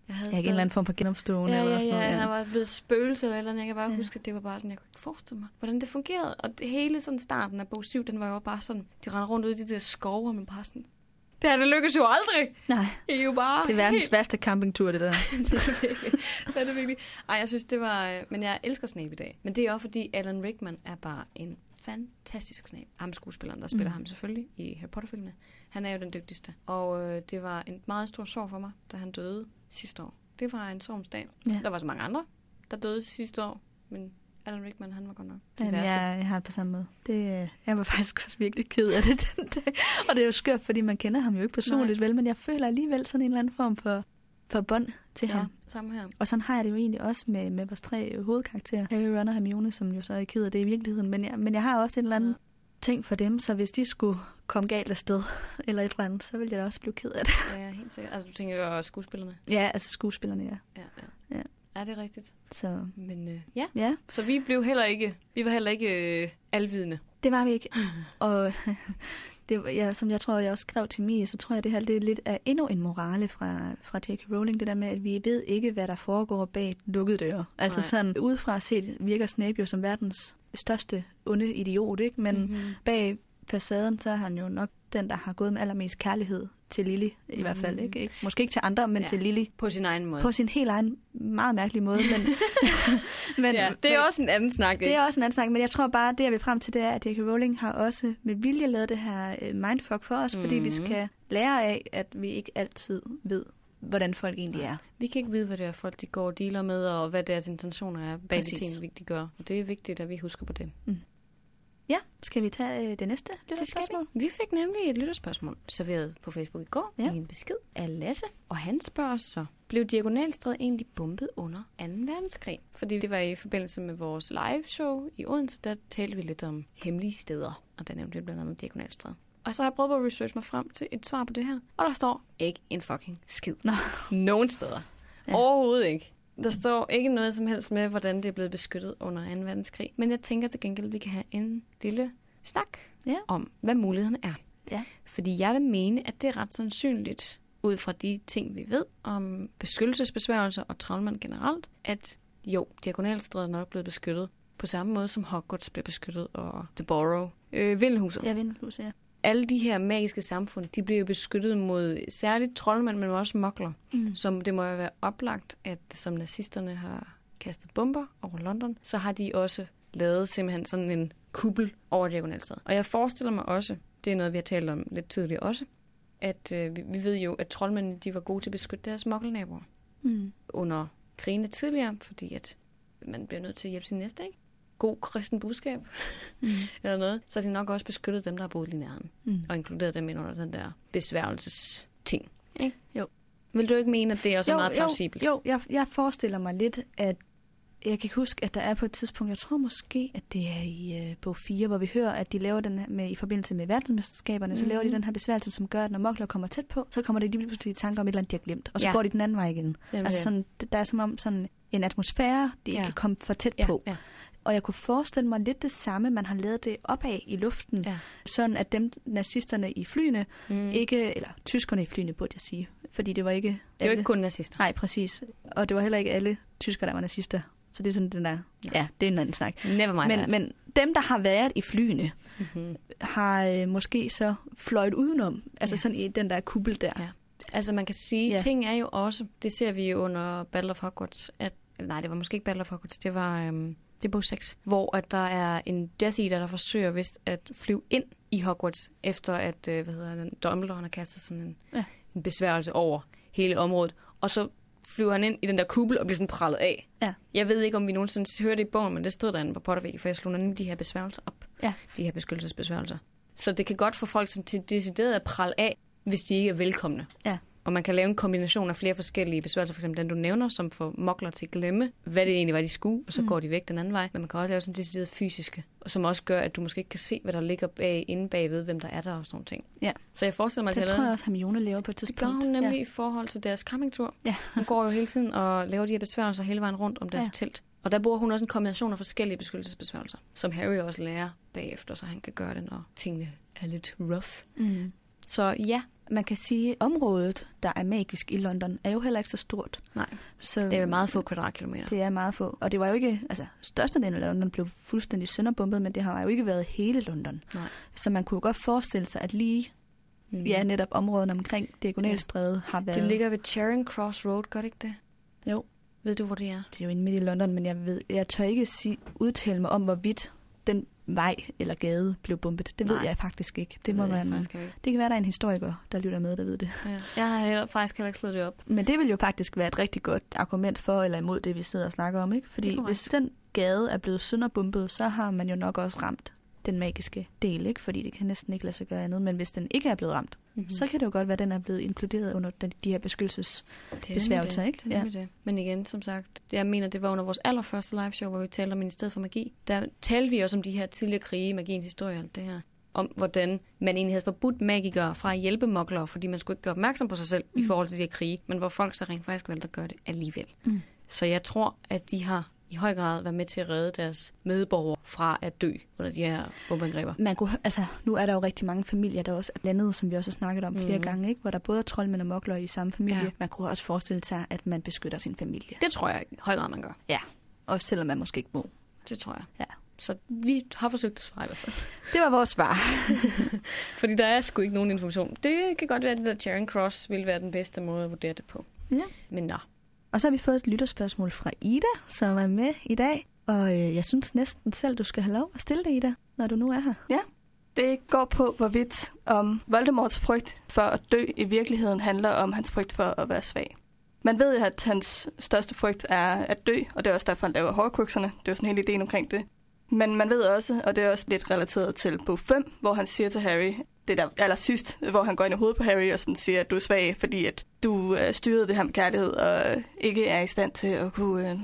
Jeg havde Jeg er ikke en eller anden form for genomstående ja, eller ja, sådan noget. ja, han var blevet spøgelse eller et eller andet. Jeg kan bare Ja. ja. huske, at det var bare sådan, jeg kunne ikke forestille mig, hvordan det fungerede. Og det hele sådan starten af bog 7, den var jo bare sådan, de rendte rundt ud i de der skove, og man bare sådan, det her, det lykkes jo aldrig. Nej, I er jo bare det er verdens værste campingtur, det der. det er det virkelig. Det er det virkelig. Ej, jeg synes, det var... øh, Men jeg elsker Snape i dag. Men det er også, fordi Alan Rickman er bare en fantastisk Snape. Ham skuespilleren, der spiller Mm. mm. ham selvfølgelig i Harry Potter-filmene. Han er jo den dygtigste. Og øh, det var en meget stor sorg for mig, da han døde sidste år. Det var en sorgens dag. Ja. Ja. Der var så mange andre, der døde sidste år. Men Alan Rickman, han var godt nok den Jamen, værste. jeg, jeg har det på samme måde. Det, øh, jeg var faktisk også virkelig ked af det den dag. Og det er jo skørt, fordi man kender ham jo ikke personligt, Nej. vel, men jeg føler alligevel sådan en eller anden form for, for bånd til ja. ja, ham. samme her. Og sådan har jeg det jo egentlig også med, med vores tre øh, hovedkarakterer. Harry, Ron og Hermione, som jo så er ked af det i virkeligheden. Men jeg, men jeg har også en eller anden ja. Ja. ting for dem, så hvis de skulle komme galt afsted, eller et eller andet, så ville jeg da også blive ked af det. Ja, jeg er helt sikkert. Altså, du tænker jo også skuespillerne. Ja, altså skuespillerne, ja. Ja, ja. Ja. Er det rigtigt? Så Men øh, ja, ja, Så vi blev heller ikke, vi var heller ikke øh, alvidende. det var vi ikke. Og det, var- ja, som jeg tror, jeg også skrev til Mie, så tror jeg, det her det er lidt af endnu en morale fra, fra J.K. Rowling, det der med, at vi ved ikke, hvad der foregår bag lukkede døre. Altså Nej. Nej. sådan, udefra set virker Snape jo som verdens største onde idiot, ikke? Men mm-hmm. bag facaden, så er han jo nok den, der har gået med allermest kærlighed til Lily, i mm. hvert fald. Mhm. Ikke? Ikke- Måske ikke til andre, men ja. Ja. til Lily. På sin egen måde. På sin helt egen, meget mærkelige måde. Men, men, ja, det er også en anden snak, det ikke? er også en anden snak, men jeg tror bare, det jeg vil frem til, det er, at J.K. Rowling har også med vilje lavet det her øh, mindfuck for os, mm. fordi vi Mhm. skal lære af, at vi ikke altid ved, hvordan folk egentlig er. Vi kan ikke vide, hvad det er, folk de går og dealer med, og hvad deres intentioner er bag Præcis. de ting, vi- de gør. Og det er vigtigt, at vi husker på det. Ja, skal vi tage øh, det næste lytterspørgsmål? vi. Vi fik nemlig et lytterspørgsmål, serveret på Facebook i går, Ja. ja. i en besked af Lasse. Og han spørger os så, blev Diagonalstræde egentlig bombet under 2. verdenskrig? Fordi det var i forbindelse med vores liveshow i Odense, der talte vi lidt om hemmelige steder. Og der nævnte vi blandt andet Diagonalstræde. Og så har jeg prøvet på at researche mig frem til et svar på det her. Og der står ikke en fucking skid. Nå. Nogen steder. Ja. Ja. Overhovedet ikke. Der står ikke noget som helst med, hvordan det er blevet beskyttet under 2. verdenskrig. Men jeg tænker til gengæld, at vi kan have en lille snak Ja. om, hvad mulighederne er. Ja. Fordi jeg vil mene, at det er ret sandsynligt, ud fra de ting, vi ved om beskyttelsesbesværgelser og travlmand generelt, at jo, Diagonalstræde er nok blevet beskyttet på samme måde, som Hogwarts blev beskyttet, og The Borough, øh, Vindelhuset. Ja, vindhus, ja. alle de her magiske samfund, de bliver jo beskyttet mod særligt troldmænd, men også mokler. Mm. Som det må jo være oplagt, at som nazisterne har kastet bomber over London, så har de også lavet simpelthen sådan en kuppel over diagonalstræde. Og jeg forestiller mig også, det er noget, vi har talt om lidt tidligere også, at øh, vi, vi ved jo, at troldmændene de var gode til at beskytte deres mokkelnaboer Mm. under krigene tidligere, fordi at man bliver nødt til at hjælpe sin næste, ikke? God kristen budskab Mm. eller noget. Så har de nok også beskyttet dem, der har boet lige i nærheden, Mm. og inkluderet dem ind under den der besværgelses-ting, ikke? Jo. Vil du ikke mene, at det også er meget jo, plausibelt? jo jeg, jeg forestiller mig lidt, at jeg kan ikke huske, at der er på et tidspunkt, jeg tror måske, at det er i øh, bog 4, hvor vi hører, at de laver den her med, i forbindelse med verdensmesterskaberne, mm. så Mhm. laver de den her besværgelse, som gør, at når mokler kommer tæt på, så kommer de lige pludselig i tanker om et eller andet, de har glemt, og så Ja. ja. går de den anden vej igen. Jamen, Altså det- sådan, det- der er som om sådan en atmosfære, de ikke Ja. kan komme for tæt ja, på. Ja, Og jeg kunne forestille mig lidt det samme, man har lavet det opad i luften, ja. sådan at dem nazisterne i flyene Mm. mm. ikke, eller tyskerne i flyene burde jeg sige, fordi det var ikke det er jo ikke kun nazister. Nej, præcis. Og det var heller ikke alle tyskere, der var nazister. Så det er sådan den der, ja, ja det er en anden snak. Never mind Men, men dem, der har været i flyene, mm-hmm. har øh, måske så fløjet udenom. Altså Ja. ja. sådan i den der kubbel der. Ja. Altså man kan sige, Ja. yeah. ting er jo også, det ser vi jo under Battle of Hogwarts, at, eller nej det var måske ikke Battle of Hogwarts, det var, øhm, det er bog 6, hvor at der er en Death Eater, der forsøger vist at flyve ind i Hogwarts, efter at, øh, hvad hedder den, Dumbledore han har kastet sådan en, Ja. ja. en besværgelse over hele området, og så flyver han ind i den der kuppel og bliver sådan prallet af. Ja. Jeg ved ikke, om vi nogensinde hørte det i bogen, men det stod derinde på Pottervæg, for jeg slog nemlig de her besværgelser op. Ja. De her beskyttelsesbesværgelser. Så det kan godt få folk sådan til decideret at prale af, hvis de ikke er velkomne. Ja. Og man kan lave en kombination af flere forskellige besværgelser, f.eks. den du nævner, som får mokler til at glemme, hvad det egentlig var, de skulle, og så mm. går de væk den anden vej. Men man kan også lave sådan decideret fysiske, og som også gør, at du måske ikke kan se, hvad der ligger bag, inde bagved, hvem der er der og sådan nogle ting. Ja. Så jeg forestiller mig, at Det de har tror lavet- jeg også, Hermione laver på et det tidspunkt. gør hun nemlig ja. i forhold til deres campingtur. Ja. Hun går jo hele tiden og laver de her besværgelser hele vejen rundt om deres Ja. ja. telt. Og der bruger hun også en kombination af forskellige beskyttelsesbesværgelser, som Harry også lærer bagefter, så han kan gøre det, når tingene er lidt rough. Ja. Mm. Så ja, Man kan sige, at området, der er magisk i London, er jo heller ikke så stort. Nej. Så det er meget få kvadratkilometer. Det er meget få. Og det var jo ikke, altså størstedelen af London blev fuldstændig sønderbumpet, men det har jo ikke været hele London. Nej. Så man kunne jo godt forestille sig, at lige Mm. ja, netop områderne omkring Diagonalstræde ja. har været... Det ligger ved Charing Cross Road, gør det ikke det? Jo. Ved du, hvor det er? det er jo inde midt i London, men jeg, ved, jeg tør ikke sige, udtale mig om, hvorvidt den vej eller gade blev bombet. Det ved Nej. jeg faktisk ikke. Det, må ved jeg være en, faktisk ikke. det kan være, der er en historiker, der lytter med, der ved det. Ja. Jeg har heller, faktisk heller ikke slået det op. Men det vil jo faktisk være et rigtig godt argument for eller imod det, vi sidder og snakker om. ikke? Det er Fordi korrekt. hvis den gade er blevet sønderbumpet, så har man jo nok også ramt den magiske del, ikke? fordi det kan næsten ikke lade sig gøre andet. Men hvis den ikke er blevet ramt, Mm-hmm. mm. så kan det jo godt være, at den er blevet inkluderet under den, de her beskyttelses... det er besværgelser, nemlig ikke? det. Det er nemlig ja. det. Men igen, som sagt, jeg mener, det var under vores allerførste live show, hvor vi talte om Ministeriet for Magi. Der talte vi også om de her tidligere krige, magiens historie og alt det her. Om hvordan man egentlig havde forbudt magikere fra at hjælpe moklere, fordi man skulle ikke gøre opmærksom på sig selv mm. i forhold til de her krige, men hvor folk så rent faktisk valgte at gøre det alligevel. Mm. Så jeg tror, at de har i høj grad været med til at redde deres medborgere fra at dø under de her bombeangreber. Man kunne, altså, nu er der jo rigtig mange familier, der også er blandet, som vi også har snakket om mm. flere Mhm. gange, ikke? hvor der både er troldmænd og mokler i samme familie. Ja. Ja. Man kunne også forestille sig, at man beskytter sin familie. Det tror jeg i høj grad, man gør. Også selvom man måske ikke må. Det tror jeg. Ja. Så vi har forsøgt at svare i hvert fald. Det var vores svar. Fordi der er sgu ikke nogen information. Det kan godt være, at det der Charing Cross ville være den bedste måde at vurdere det på. Ja. Men nå. Og så har vi fået et lytterspørgsmål fra Ida, som er med i dag. Og øh, jeg synes næsten selv, du skal have lov at stille det, Ida, når du nu er her. Det går på, hvorvidt om Voldemorts frygt for at dø i virkeligheden handler om hans frygt for at være svag. Man ved jo, at hans største frygt er at dø, og det er også derfor, han laver hårdkrukserne. Det er jo sådan hele ideen omkring det. Men man ved også, og det er også lidt relateret til bog 5, hvor han siger til Harry, det der aller sidst, hvor han går ind i hovedet på Harry og sådan siger, at du er svag, fordi at du øh, styrede det her med kærlighed, og øh, ikke er i stand til at kunne... Øh,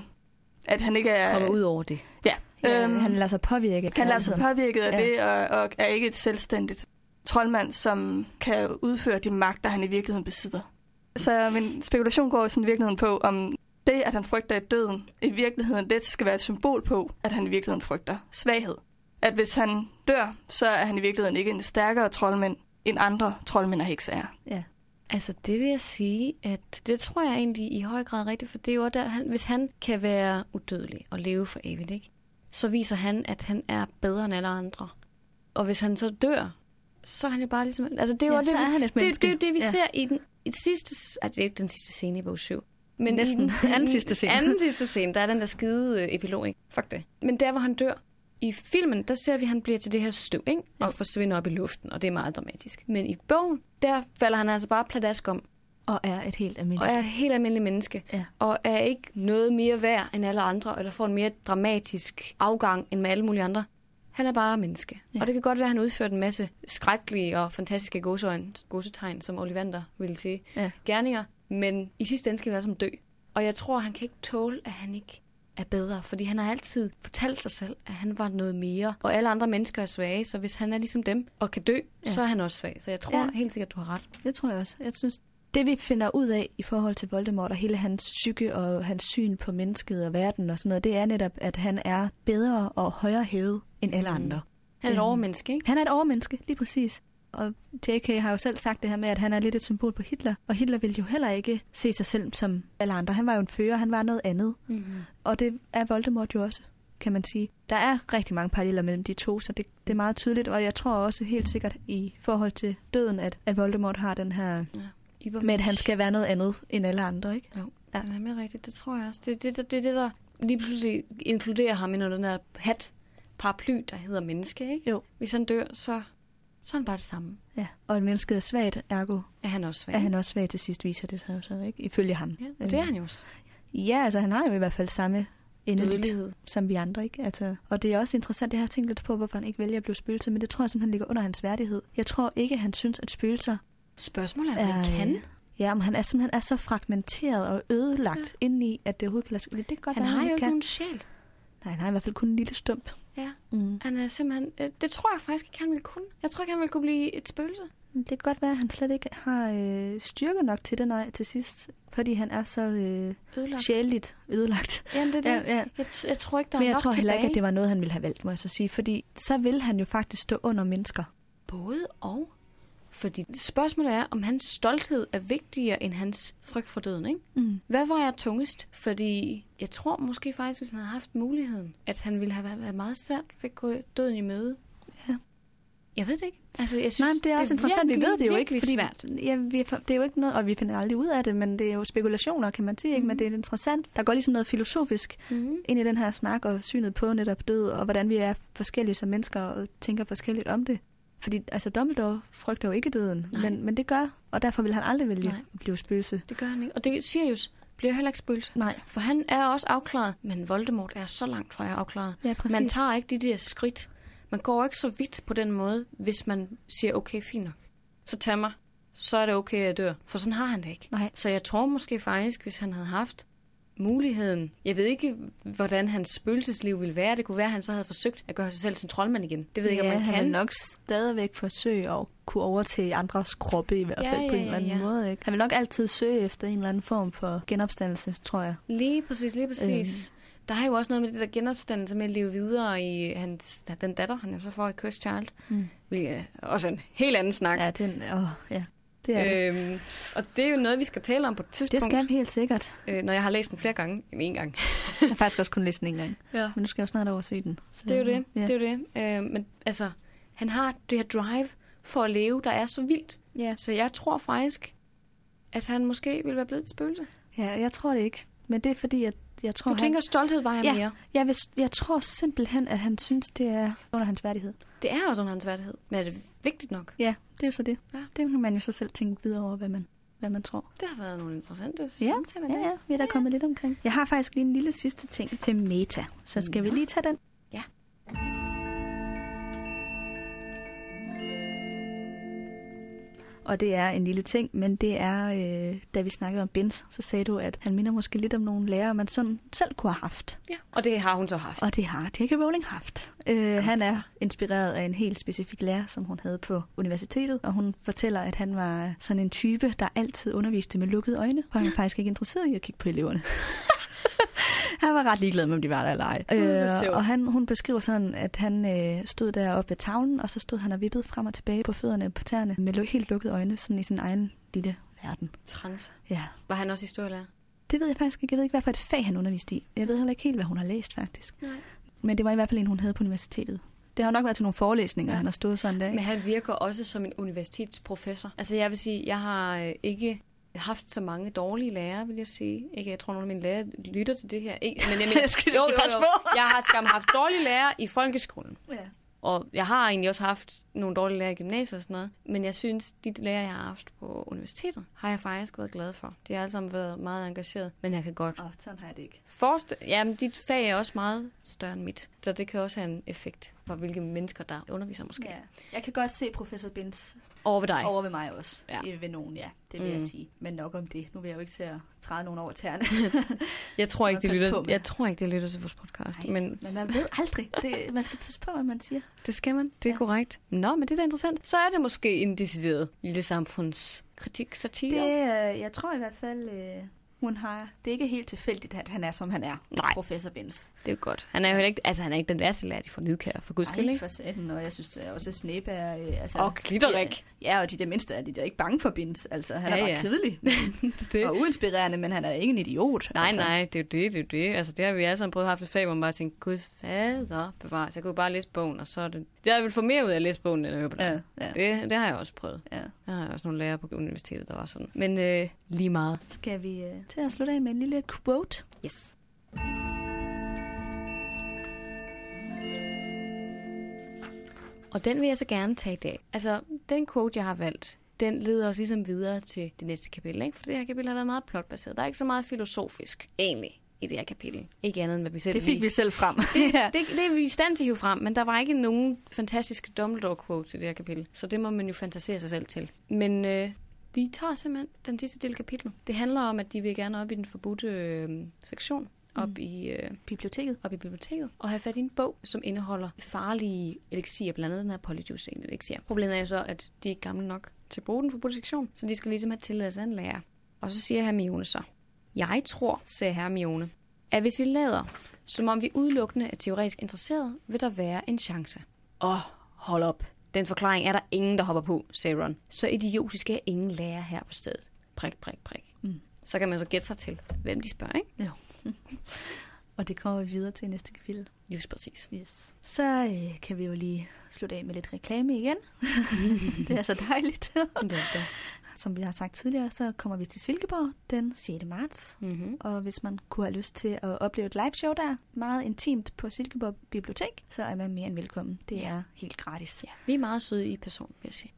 at han ikke er... Kommer ud over det. Ja. Ja, øhm, han lader sig påvirke. af kan lade sig kærligheden. altså påvirket af Ja. ja. det, og, og er ikke et selvstændigt troldmand, som kan udføre de magter, han i virkeligheden besidder. Så min spekulation går jo sådan i virkeligheden på, om det, at han frygter i døden, i virkeligheden det skal være et symbol på, at han i virkeligheden frygter svaghed. At hvis han dør, så er han i virkeligheden ikke en stærkere troldmand, end andre troldmænd og hekse er. Altså, det vil jeg sige, at det tror jeg egentlig i høj grad er rigtigt, for det er jo også der, han, hvis han kan være udødelig og leve for evigt, ikke? så viser han, at han er bedre end alle andre. Og hvis han så dør, så er han jo bare ligesom... Altså, det er jo ja, det, så er han det, et det, menneske. det, er jo det, vi ja. ja. ser i den i den sidste... Ej, det er jo ikke den sidste scene i bog 7. Men Næsten. i den Anden sidste scene. Anden sidste scene, der er den der skide øh, epilog, ikke? Fuck det. Men der, hvor han dør i filmen, der ser vi, at han bliver til det her støv, ikke? Og forsvinder op i luften, og det er meget dramatisk. Men i bogen, der falder han altså bare pladask om, Og er et helt og almindeligt. er et helt almindeligt menneske, Ja. og er ikke noget mere værd end alle andre, eller får en mere dramatisk afgang end med alle mulige andre. Han er bare menneske. Ja. Ja. Og det kan godt være, at han udførte en masse skrækkelige og fantastiske godseøjne, godsetegn, som Ollivander ville sige, Ja. gerninger, men i sidste ende skal vi alle sammen dø. Og jeg tror, han kan ikke tåle, at han ikke er bedre, fordi han har altid fortalt sig selv, at han var noget mere, og alle andre mennesker er svage, så hvis han er ligesom dem og kan dø, Ja. ja. så er han også svag. Så jeg tror Ja. ja. helt sikkert, du har ret. Det tror jeg også. Jeg synes, det vi finder ud af i forhold til Voldemort og hele hans psyke og hans syn på mennesket og verden og sådan noget, det er netop, at han er bedre og højere hævet end alle Mm. andre. Han er et Øhm, overmenneske, ikke? Han er et overmenneske, lige præcis. Og J.K. har jo selv sagt det her med, at han er lidt et symbol på Hitler, og Hitler ville jo heller ikke se sig selv som alle andre. Han var jo en fører, han var noget andet. Mm-hmm. Og det er Voldemort jo også, kan man sige. Der er rigtig mange paralleller mellem de to, så det, det er meget tydeligt, og jeg tror også helt sikkert i forhold til døden, at, at Voldemort har den her med, at han skal være noget andet end alle andre, ikke? Jo, Ja. ja. det er nemlig rigtigt. Det tror jeg også. Det er det, det, det, er det, der lige pludselig inkluderer ham i den der hat, paraply, der hedder menneske, ikke? Jo. Hvis han dør, så, så er han bare det samme. Ja. Og at mennesket er svagt, ergo Er han også svag? er han også svag til sidst, viser det sig jo så, ikke? Ifølge ham. Ja, og det er han jo også. Ja, altså han har jo i hvert fald samme endeligt Dødelighed. som vi andre, ikke? Altså, og det er også interessant, det har jeg tænkt lidt på, hvorfor han ikke vælger at blive spøgelse, men det tror jeg simpelthen ligger under hans værdighed. Jeg tror ikke, han synes, at spøgelser Spørgsmålet er, hvad han Ej. kan. Ja, men han er simpelthen er så fragmenteret og ødelagt ja. indeni, at det overhovedet kan lade sig. Det kan godt Han være, har jo ikke ikke kan. nogen sjæl. Nej, han har i hvert fald kun en lille stump. Ja. Mm. Han er simpelthen... øh, Det tror jeg faktisk ikke, han ville kunne. Jeg tror ikke, han ville kunne blive et spøgelse. Det kan godt være, at han slet ikke har øh, styrke nok til det, nej, til sidst. Fordi han er så øh, Ødelagt. sjæleligt ødelagt. Jamen, det er det. Ja, ja. Jeg, t- jeg, tror ikke, der Men er jeg nok tror heller tilbage. ikke, at det var noget, han ville have valgt, må jeg så sige. Fordi så vil han jo faktisk stå under mennesker. Både og. Fordi spørgsmålet er, om hans stolthed er vigtigere end hans frygt for døden, ikke? Mm. Hvad var jeg tungest? Fordi jeg tror måske faktisk, hvis han havde haft muligheden, at han ville have været meget svært ved at gå døden i møde. Ja. Jeg ved det ikke. Altså, jeg synes, Nej, men det er også interessant. Vi virkelig, ved det jo ikke, virkelig svært. Ja, vi, er- det er jo ikke noget, og vi finder aldrig ud af det, men det er jo spekulationer, kan man sige. Ikke? Men Mhm. det er interessant. Der går ligesom noget filosofisk Mm-hmm. ind i den her snak og synet på netop død, og hvordan vi er forskellige som mennesker og tænker forskelligt om det. Fordi altså, Dumbledore frygter jo ikke døden, Nej. men, men det gør, og derfor vil han aldrig vælge Nej. at blive spøgelse. Det gør han ikke. Og det Sirius bliver heller ikke spøgelse. Nej, For han er også afklaret, men Voldemort er så langt fra at være afklaret. ja, præcis. Man tager ikke de der skridt. Man går ikke så vidt på den måde, hvis man siger, okay, fint nok. Så tag mig. Så er det okay, at jeg dør. For sådan har han det ikke. Nej. Så jeg tror måske faktisk, hvis han havde haft muligheden. Jeg ved ikke, hvordan hans spøgelsesliv ville være. Det kunne være, at han så havde forsøgt at gøre sig selv til en troldmand igen. Det ved jeg ikke, ja, om man han kan. vil nok stadigvæk forsøge at kunne overtage andres kroppe i hvert Ja, fald på ja, en eller anden ja, ja. måde. Ikke? Han vil nok altid søge efter en eller anden form for genopstandelse, tror jeg. Lige præcis, lige præcis. Øhm. Der er jo også noget med det der genopstandelse med at leve videre i hans, den datter, han jo så får i Cursed Child. Mm. Hvilket er også en helt anden snak. Ja, den, åh, ja. det er det. Øhm, og det er jo noget, vi skal tale om på et Det tidspunkt, skal vi helt sikkert. øh, når jeg har læst den flere gange. Jamen, en gang. Jeg har faktisk også kun læst den en gang. Ja. Men nu skal jeg jo snart over og se den. Så, Det er jo det. Ja, det, er jo det. Øh, men altså, han har det her drive for at leve, der er så vildt. ja. Så jeg tror faktisk, at han måske ville være blevet et spøgelse. ja jeg tror det ikke. Men det er fordi, at jeg tror, Du tænker, stolthed vejer Ja. ja. mere. han, jeg, vil, jeg tror simpelthen, at han synes, det er under hans værdighed. Det er også under hans værdighed. Men er det vigtigt nok? Ja, det er jo så det. Ja. Det kan man jo så selv tænke videre over, hvad man, hvad man tror. Det har været nogle interessante Ja. samtaler. i Ja, dag. ja, vi er da kommet lidt omkring. Jeg har faktisk lige en lille sidste ting til meta, så skal vi Nå. lige tage den? Ja. Og det er en lille ting, men det er, øh, da vi snakkede om Bins, så sagde du, at han minder måske lidt om nogle lærere, man sådan selv kunne have haft. ja. Og det har hun så haft. Og det har J.K. Rowling haft. Øh, han så. er inspireret af en helt specifik lærer, som hun havde på universitetet, og hun fortæller, at han var sådan en type, der altid underviste med lukkede øjne, for han var faktisk ikke interesseret i at kigge på eleverne. han var ret ligeglad med, om de var der eller ej. Øh, hvor sjovt. og han, hun beskriver sådan, at han øh, stod deroppe ved tavlen, og så stod han og vippede frem og tilbage på fødderne på tæerne med lu- helt lukkede øjne, sådan i sin egen lille verden. Trance. Ja. Var han også historielærer? Det ved jeg faktisk ikke. Jeg ved ikke, hvad for et fag han underviste i. Jeg ved heller ikke helt, hvad hun har læst, faktisk. Nej. Men det var i hvert fald en, hun havde på universitetet. Det har nok været til nogle forelæsninger, ja. han har stået sådan der. Men ikke? han virker også som en universitetsprofessor. Altså jeg vil sige, jeg har øh, ikke haft så mange dårlige lærere, vil jeg sige. Ikke, jeg tror, nogle af mine lærere lytter til det her. Ikke, men jeg mener, Jeg skulle lige passe på. jeg har skam haft dårlige lærere i folkeskolen. Ja. Og jeg har egentlig også haft nogle dårlige lærere i gymnasiet og sådan noget. Men jeg synes, de lærere, jeg har haft på universitetet, har jeg faktisk været glad for. De har alle sammen været meget engageret. Men jeg kan godt Åh, sådan har jeg det ikke. forestille... Jamen, dit fag er også meget større end mit. Så det kan også have en effekt for, hvilke mennesker, der underviser måske. Ja. Ja. Jeg kan godt se professor Binds Over ved dig. over ved mig også. Ja. Ja. Ved nogen, ja. Det vil mm. jeg Mm. sige. Men nok om det. Nu vil jeg jo ikke til at træde nogen over tæerne. Jeg tror ikke, Man de passer på lytter, med. jeg tror ikke, de lytter til vores podcast, Nej. Ej. men Men man ved aldrig. Det, man skal passe på, hvad man siger. det skal man. Det er Ja. ja. korrekt. Nå, men det er da interessant. Så er det måske en decideret lille samfundskritik, satire. Det, Det... øh, jeg tror i hvert fald, øh, hun har... Det er ikke helt tilfældigt, at han er, som han er. Nej. Professor Binds. det er jo godt. Han er jo heller ikke, altså, han er ikke den værste lærer, de får nedkære, for guds skyld, Ej, ikke? for satan. Og jeg synes øh, også, at Snape er... Øh, altså, Og Glitterik. Ja, og de der mindste er de der ikke bange for Binds. Altså, han er Ja, bare ja. kedelig Det. og uinspirerende, men han er ikke en idiot. Nej, altså. nej, det er jo det, det er jo det. Altså, det har vi alle sammen prøvet at have haft et fag, hvor man bare tænkte, gud fader, bevar. Så jeg kunne jo bare læse bogen, og så er det... Jeg vil få mere ud af at læse bogen, end at høre på dig. Ja, ja, Det, det har jeg også prøvet. ja. Der har jeg også nogle lærere på universitetet, der var sådan. Men øh, lige meget. Skal vi øh, til at slutte af med en lille quote? Yes. Og den vil jeg så gerne tage i dag. Altså, den quote, jeg har valgt, den leder os ligesom videre til det næste kapitel, ikke? For det her kapitel har været meget plotbaseret. Der er ikke så meget filosofisk, egentlig, i det her kapitel. Ikke andet, end hvad vi selv Det fik vi selv frem. ja. Det, det er vi i stand til at hive frem, men der var ikke nogen fantastiske Dumbledore-quotes i det her kapitel. Så det må man jo fantasere sig selv til. Men øh, vi tager simpelthen den sidste del af kapitlet. Det handler om, at de vil gerne op i den forbudte øh, sektion, op, Mm. mm. i, øh, Biblioteket. op i biblioteket, og have fat i en bog, som indeholder farlige elixier, blandt andet den her polyjuice elixir. Problemet er jo så, at de er ikke gamle nok til at bruge den forbudte sektion, så de skal ligesom have tilladelse af en lærer. Og så siger Hermione så, jeg tror, sagde Hermione, at hvis vi lader, som om vi udelukkende er teoretisk interesseret, vil der være en chance. Åh, oh, hold op. Den forklaring er der ingen, der hopper på, sagde Ron. Så idiotisk er ingen lærer her på stedet. Prik, prik, prik. Mm. Mm. Så kan man så gætte sig til, hvem de spørger, ikke? Og det kommer vi videre til i næste kapitel. Just præcis. Yes. Så øh, kan vi jo lige slutte af med lidt reklame igen. det er så dejligt. Det er det. Som vi har sagt tidligere, så kommer vi til Silkeborg den 6. marts. Mm-hmm. Og hvis man kunne have lyst til at opleve et live show der, meget intimt på Silkeborg Bibliotek, så er man mere end velkommen. Det er helt gratis. Ja, vi er meget søde i person, vil jeg sige.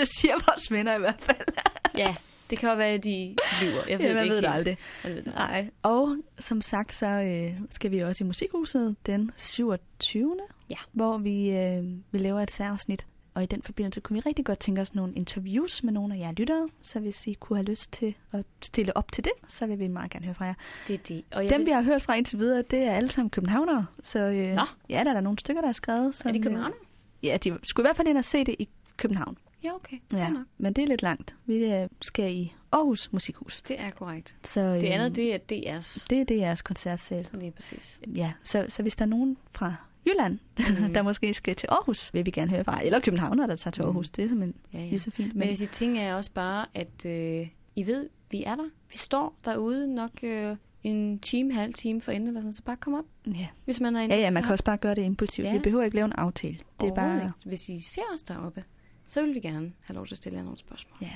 det siger vores venner i hvert fald. Ja, det kan jo være, at de lyver. Jeg ved Ja, man det ikke ved det helt. aldrig. Jeg ved det. aldrig. Nej. Og som sagt, så øh, skal vi også i Musikhuset den 27. Ja. Hvor vi, øh, vi laver et særafsnit. Og i den forbindelse kunne vi rigtig godt tænke os nogle interviews med nogle af jer lyttere. Så hvis I kunne have lyst til at stille op til det, så vil vi meget gerne høre fra jer. Det er det. Og jeg Jeg Dem, vil- vi har hørt fra indtil videre, det er alle sammen københavnere. Så øh, Nå. ja, der er der nogle stykker, der er skrevet. Som, Er de øh, københavner? Ja, de skulle i hvert fald ind og se det i København. Ja, okay. Ja, Ja. Nok. men det er lidt langt. Vi øh, skal i Aarhus Musikhus. Det er korrekt. Så, øh, Det andet, det er DR's. det er DR's koncertsal. Lige præcis. Ja, så, så hvis der er nogen fra Jylland, mm. der måske skal til Aarhus, vil vi gerne høre fra. Eller københavnere, der tager til Aarhus. Det er simpelthen Ja, Mm. ja. lige så fint. Men Men, jeg siger, ting er også bare, at øh, I ved, vi er der. Vi står derude nok øh, en time, halv time for enden eller sådan, så bare kom op, ja. hvis man er ja, ja, interesseret. man kan også bare gøre det impulsivt. Ja. Ja. Vi behøver ikke lave en aftale. Det er Overhovedet bare ikke. Hvis I ser os deroppe, så vil vi gerne have lov til at stille jer nogle spørgsmål. ja,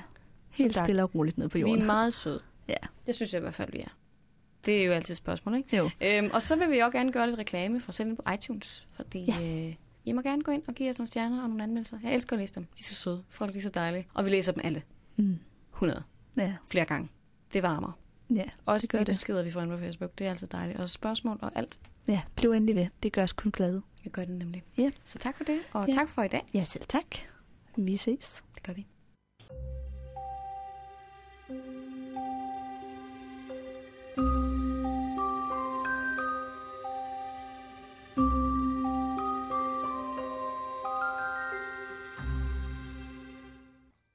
helt Så tak. stille og roligt ned på Vi jorden. er meget søde. Ja. Det synes jeg i hvert fald, vi er. Det er jo altid et spørgsmål, ikke? Jo. Øhm, og så vil vi også gerne gøre lidt reklame for os selv på iTunes, fordi Ja. ja. øh, I må gerne gå ind og give os nogle stjerner og nogle anmeldelser. Jeg elsker at læse dem. De er så søde. Folk de er så dejlige. Og vi læser dem alle. Mm. 100. Ja, Flere gange. Det varmer. ja. Også Det gør de det. beskeder, vi får ind på Facebook. Det er altid dejligt. Og spørgsmål og alt. ja, bliv endelig ved. Det gør os kun glade. Jeg gør det nemlig. Ja. Så tak for det, og Ja. tak for i dag. Ja, selv tak. Vi ses. Det gør vi.